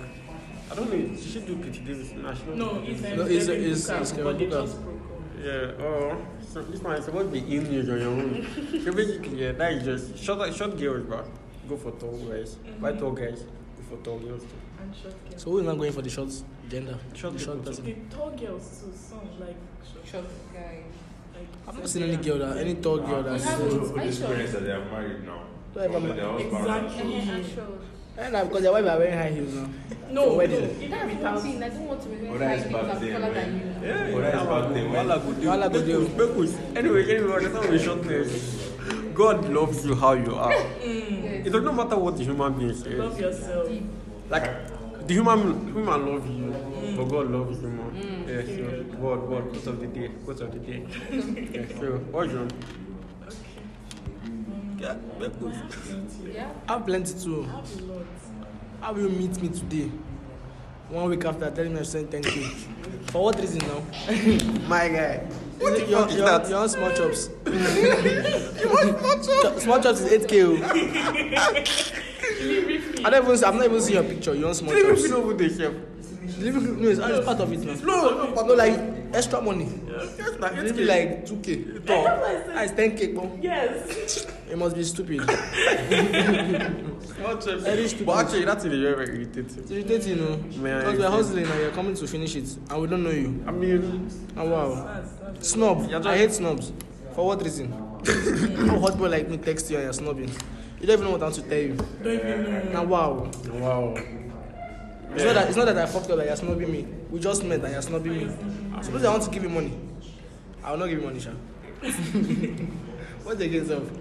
I don't know, she should do Pretty Davis national.
No, it's like
No, it's-
Devin
it's-
Booker,
it's Kevin
but they
Booker.
just broke up.
Yeah, oh, so this man is supposed to be in news on your own. so basically, yeah, that is just short, short girls, but go for tall guys. Why tall guys? Go for tall girls too.
And short girls.
So who is not going for the short gender?
Short
The
people.
The
person.
tall girls too, some like short.
Short guy.
Like,
I've not seen any girl that any tall girl
Ah,
that's
have
so
it.
all these
Are you
parents that they are married now.
Don't ever
Or that their
mind.
husband-
Exactly.
Eh, eh, short.
Eh, nah, because their wives are wearing high heels now.
No, no,
Where did
even
it-
if
That's
it
one
has
thing. I don't want to be
But
very
that
high
is
because
back
I'm
then, right?
taller than you.
Yeah,
But that's back then,
Wala go do.
Wala go do.
Make us- make us. Anyway, anyway, understand with shortness. God loves you how you are. It does not matter what the human being
love
says.
yourself.
Like the human human love you, but God loves you more. Yeah, so word, word, quote of the day, quote of the day. yeah, so what's your
Okay.
yeah, make
I
us.
have plenty.
Yeah.
I have plenty too.
I have a lot.
How will you meet me today? One week after telling me I sent thank you. For what reason now?
My guy. What the
Your-
fuck is
your-
that?
Your own small chops. you want small chops? Small chops is 8k. oh. I don't even. I've not even seen your picture. You want small
Tell me if
chops?
you know who they chef.
Delivery no, it's, it's part of it now.
No, no,
But no, like extra money.
Yes, na, it's
Delivery
like
like Ah, 2k.
That's why I said-
That's 10k, bro.
Yes.
bon. It must be stupid.
small chef.
Very stupid.
But actually, that's very very irritating.
It's irritating, you know.
Man,
Because we're hustling and you're coming to finish it and we don't know you.
I mean,
Oh, wow.
That's- that's-
Snob.
You're
I hate snobs. For what reason? you know hot boy like me text you and you're snobbing. You don't even know what I want to tell you.
Don't even know.
Now wow.
Wow.
It's not that it's not that I fucked up that you're snobbing me. We just met and you're snobbing me. Suppose I want to give you money. I will not give you money, Sha. What's against of?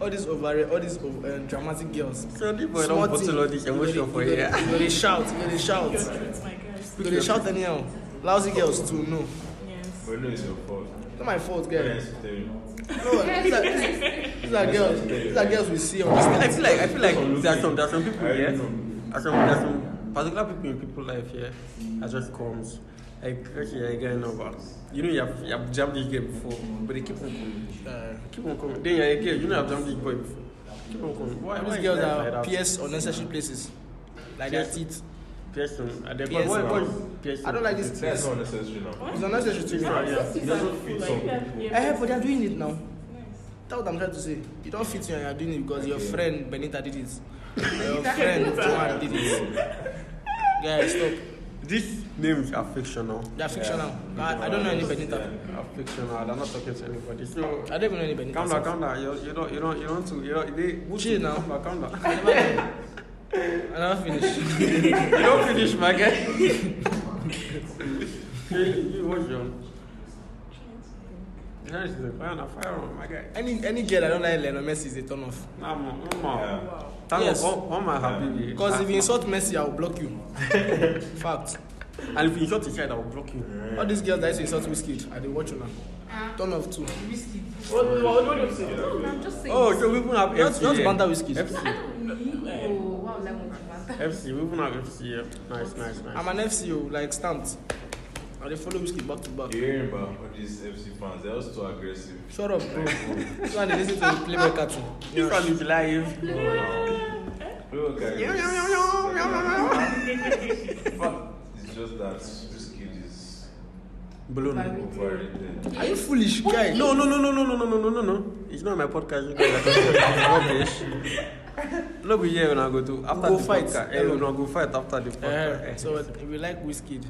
All these over all these over, uh, dramatic girls.
So the boy
Small
don't
thing.
bottle all this
You go
emotion
dey-
for
you go dey-
here.
You go dey shout, you go dey shout.
Your truth, my guys.
You go dey shout anyhow. Lousy girls too, no.
Yes.
But no, it's your fault.
Not my fault,
Yeah.
guys.
Tell you.
No, these are, these are girls. These are girls we see on the
I
street.
feel like I feel like there are some there are some
I
people
already
here.
know.
There are some there are some particular people in people's life here that just comes. Like okay, I get over. You know you have you have jammed this game before, but they keep on coming.
Uh,
Keep on coming. Then you're a girl, you know you have jammed this boy before. Keep on coming. Why why
these
is
girls
life like
are
that?
pierced unnecessary places, like their
Pierced.
teeth.
Piercing. At the
Piercing.
Why why is piercing?
I don't like this.
That's not necessary now.
What?
It's unnecessary to me.
Yeah.
These
doesn't
are
fit
like,
some
yeah,
people.
yeah.
Eh, but they're doing it now.
Nice.
That's what I'm trying to say. You don't fit you and you're doing it because your
Okay.
friend Benita did it. Or your friend Johan did it. Guys, stop.
These names are fictional.
They're fictional. I, I don't know any Benita.
Are fictional. I'm not talking to anybody. So
I don't even know any Benita.
calm down, calm down. You you don't you don't you don't to you don't they who
Chill now.
Calm down, calm down.
I never know. I never finished.
You don't finish, my guy. you watch your. Nice, fire on fire on my guy.
Any any girl I don't like Lionel Messi is a turn off.
Nah, man, no, man.
Yeah.
Thank
Yes.
God, all, all my happy.
Because if you insult Messi, I will block you. Fact.
and if you shot his head, I will block you.
All these girls that used to insult Whiskey, I they watch you now. Turn off too.
Risky.
What, what, what, do you say?
No, I'm just saying.
Oh, so we even have
You want-
FC.
you want to
yeah.
banter Wizkid?
FC,
Oh, wow, that was bad.
FC. We even have FC. Yeah. Nice, nice, nice.
I'm an FCO, like stamped. I they follow Whiskey back to back.
You hearing about all these FC fans? They're also too aggressive.
Shut up, bro. so I they listen to the Playboy cartoon.
This one is live.
Oh, wow. Look at
Yum, yum, yum, yum, yum, yum,
this. Fuck. It's just that this kid is
Balloon.
overrated.
Are you foolish, guy?
No, no, no, no, no, no, no, no, no, no, no. non, It's not my podcast. You guys are talking rubbish. No be here when I go to after
Go
the
fight.
podcast. Eh, we no go fight after the podcast.
Uh,
Eh.
so if you like Whiskey,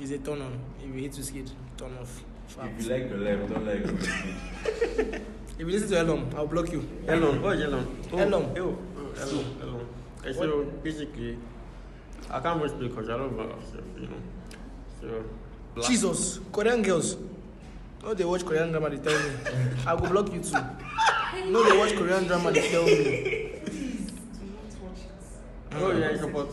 it's a turn on. If you hate Whiskey, turn off. Fact.
If you like your life, don't like your kid.
If you listen to Elon, I'll block you.
Elon, what is Elon? Oh,
Elon.
eh, oh, oh, Elon, Elon. Eh, so basically, I can't watch because I don't love myself, you know. So black.
Jesus, Korean girls. No, they watch Korean drama, they tell me. I will block you too. No, they watch Korean drama, they tell me.
Oh yeah, it's about.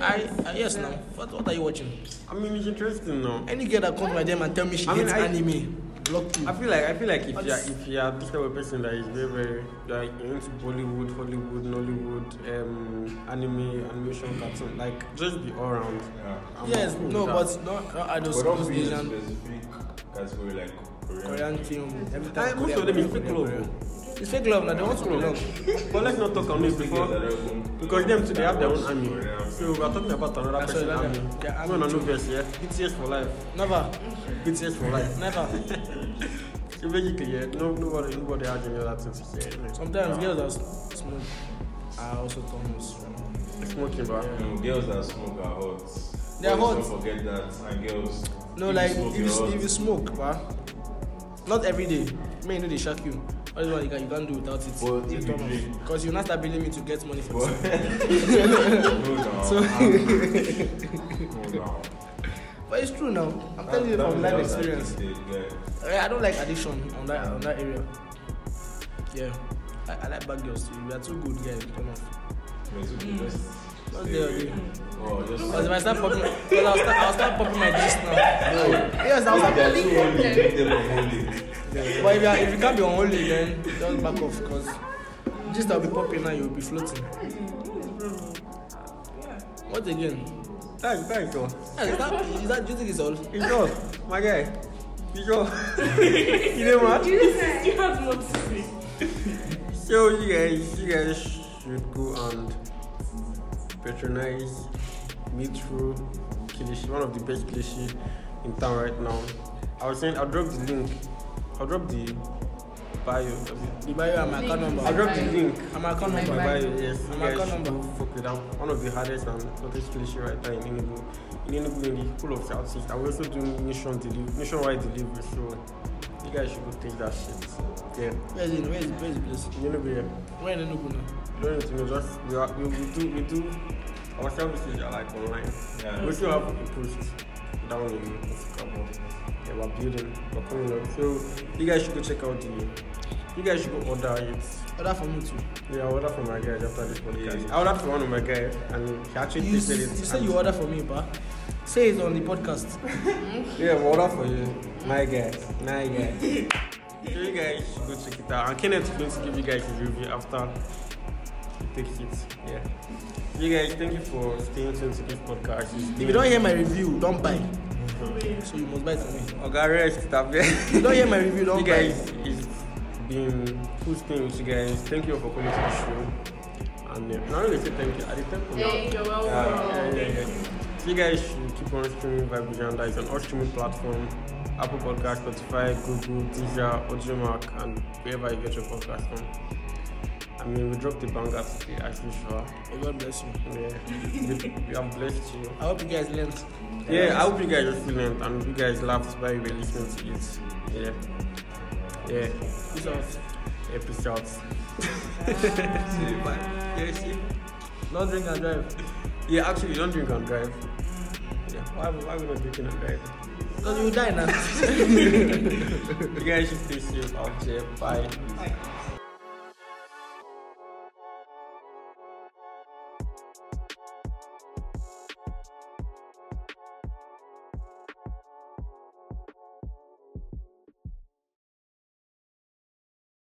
I, I yes now. What, what are you watching?
I mean, it's interesting now.
Any girl that comes my them and tell me she
I mean,
hates
I-
anime, block you.
I feel like I feel like if
What's-
you're if you're this type of person that is very very like into Bollywood, Hollywood, Nollywood, um, anime, animation, cartoon, like just be all round.
Yeah.
I'm
yes,
cool with
no,
that.
but not, not I
But
just
don't
those
be in a
Asian
specific category like Korean.
Korean film. Every
Ah,
time
most
Korea,
of them is
Korea,
fake
Korea,
love.
Korea.
oh.
It's fake love, now they want to be love.
But let's not talk on this before because them too they have their own army. So we are talking about another
That's
person
right,
army.
their army
We are not
too.
obvious, yeah. BTS for life.
Never,
BTS for life.
never.
So basically, yeah, no nobody nobody has any other thing to say. anyway.
Sometimes girls are s- smoke. I also turn off.
Smoking, bro.
No, girls that smoke are hot.
They are
Boys,
hot.
Don't forget that. And girls.
No, like if you, if you smoke, bah, not every day. May you know they shock you. All this one you can you can't do without it.
But if you drink.
Because you not start billing me to get money for
But-
this.
no, no.
So-
no, no.
But it's true now. I'm telling you
That-
from life
that was just
experience.
like this day, yeah.
Eh, I don't like addiction on that on that area. Yeah. I, I like bad girls too. We are too good guys, turn off.
Wait, so you just
Not
stay
there,
away.
yeah.
Oh, just-
Because if I start popping because I'll start I'll start popping my gist now. Yes, I'll
If
start
they're too holy, make them unholy.
But if you, are, if you can't be unholy then just back off because gist that'll be popping now you'll be floating. What again?
Thanks, thanks, bro.
Hey, Is that, is that do you think it's all?
It's yours, my guy. It's yours. you know what?
You have not seen.
So you guys, you guys should go and patronize Mitro Kilishi, one of the best Kilishi in town right now. I was saying I'll drop the link. I'll drop the bio.
The bio and my account number.
I'll drop the link.
And my account
My
number.
bio, yes. You
And my
guys
account
should
number.
go fuck with that. One of the hardest and hottest Kilishi right now in Enugu. In Enugu, in the whole of Southeast. And we're also doing nation delivery, nationwide delivery. So You guys should go take that shit. Yeah.
Where is it? Where is, where is the place?
You know, yeah.
Where in Enugu now?
You don't need to know. Just we, are, we, we do we do our services are like online.
Yeah.
We still have a post down in Instagram. Yeah, we're building. We're coming up. So you guys should go check out the. You guys should go order it.
Order for me too.
Yeah, I ordered from my guys after this podcast.
Yeah.
I ordered from one of my guys and he actually
You, s-
tasted it.
you said
and-
you order for me, pa. Say it on the podcast.
Yeah, we ordered for you. My guys. My guys. so you guys should go check it out. And Kenneth is going to give you guys his review after he takes it. Yeah. You guys, thank you for staying tuned to this podcast.
If you don't hear my review, don't buy. So you must buy for me.
Oga rest up
If you don't hear my review,
You
don't buy.
guys, it's been cool staying with you guys. Thank you all for coming to the show. And uh, not really say thank you. I did thank you. Ah,
You're
Yeah,
welcome.
yeah, yeah. So you guys should keep on streaming Vibe Agenda. It's on all streaming platforms Apple Podcast, Spotify, Google, Deezer, AudioMark, and wherever you get your podcast from. I mean, we dropped the banger today, as usual.
Oh, God bless you.
Yeah, we, we have blessed you.
I hope you guys learned.
Yeah, I hope you guys are feeling and you guys laughed while you were listening to it. Yeah. Yeah.
Peace out.
Yeah, peace out. Seriously?
Don't drink and drive.
Yeah, actually, don't drink and drive. Yeah, why, why we not drinking and driving?
Because you will die now.
You guys should stay safe out there. Bye.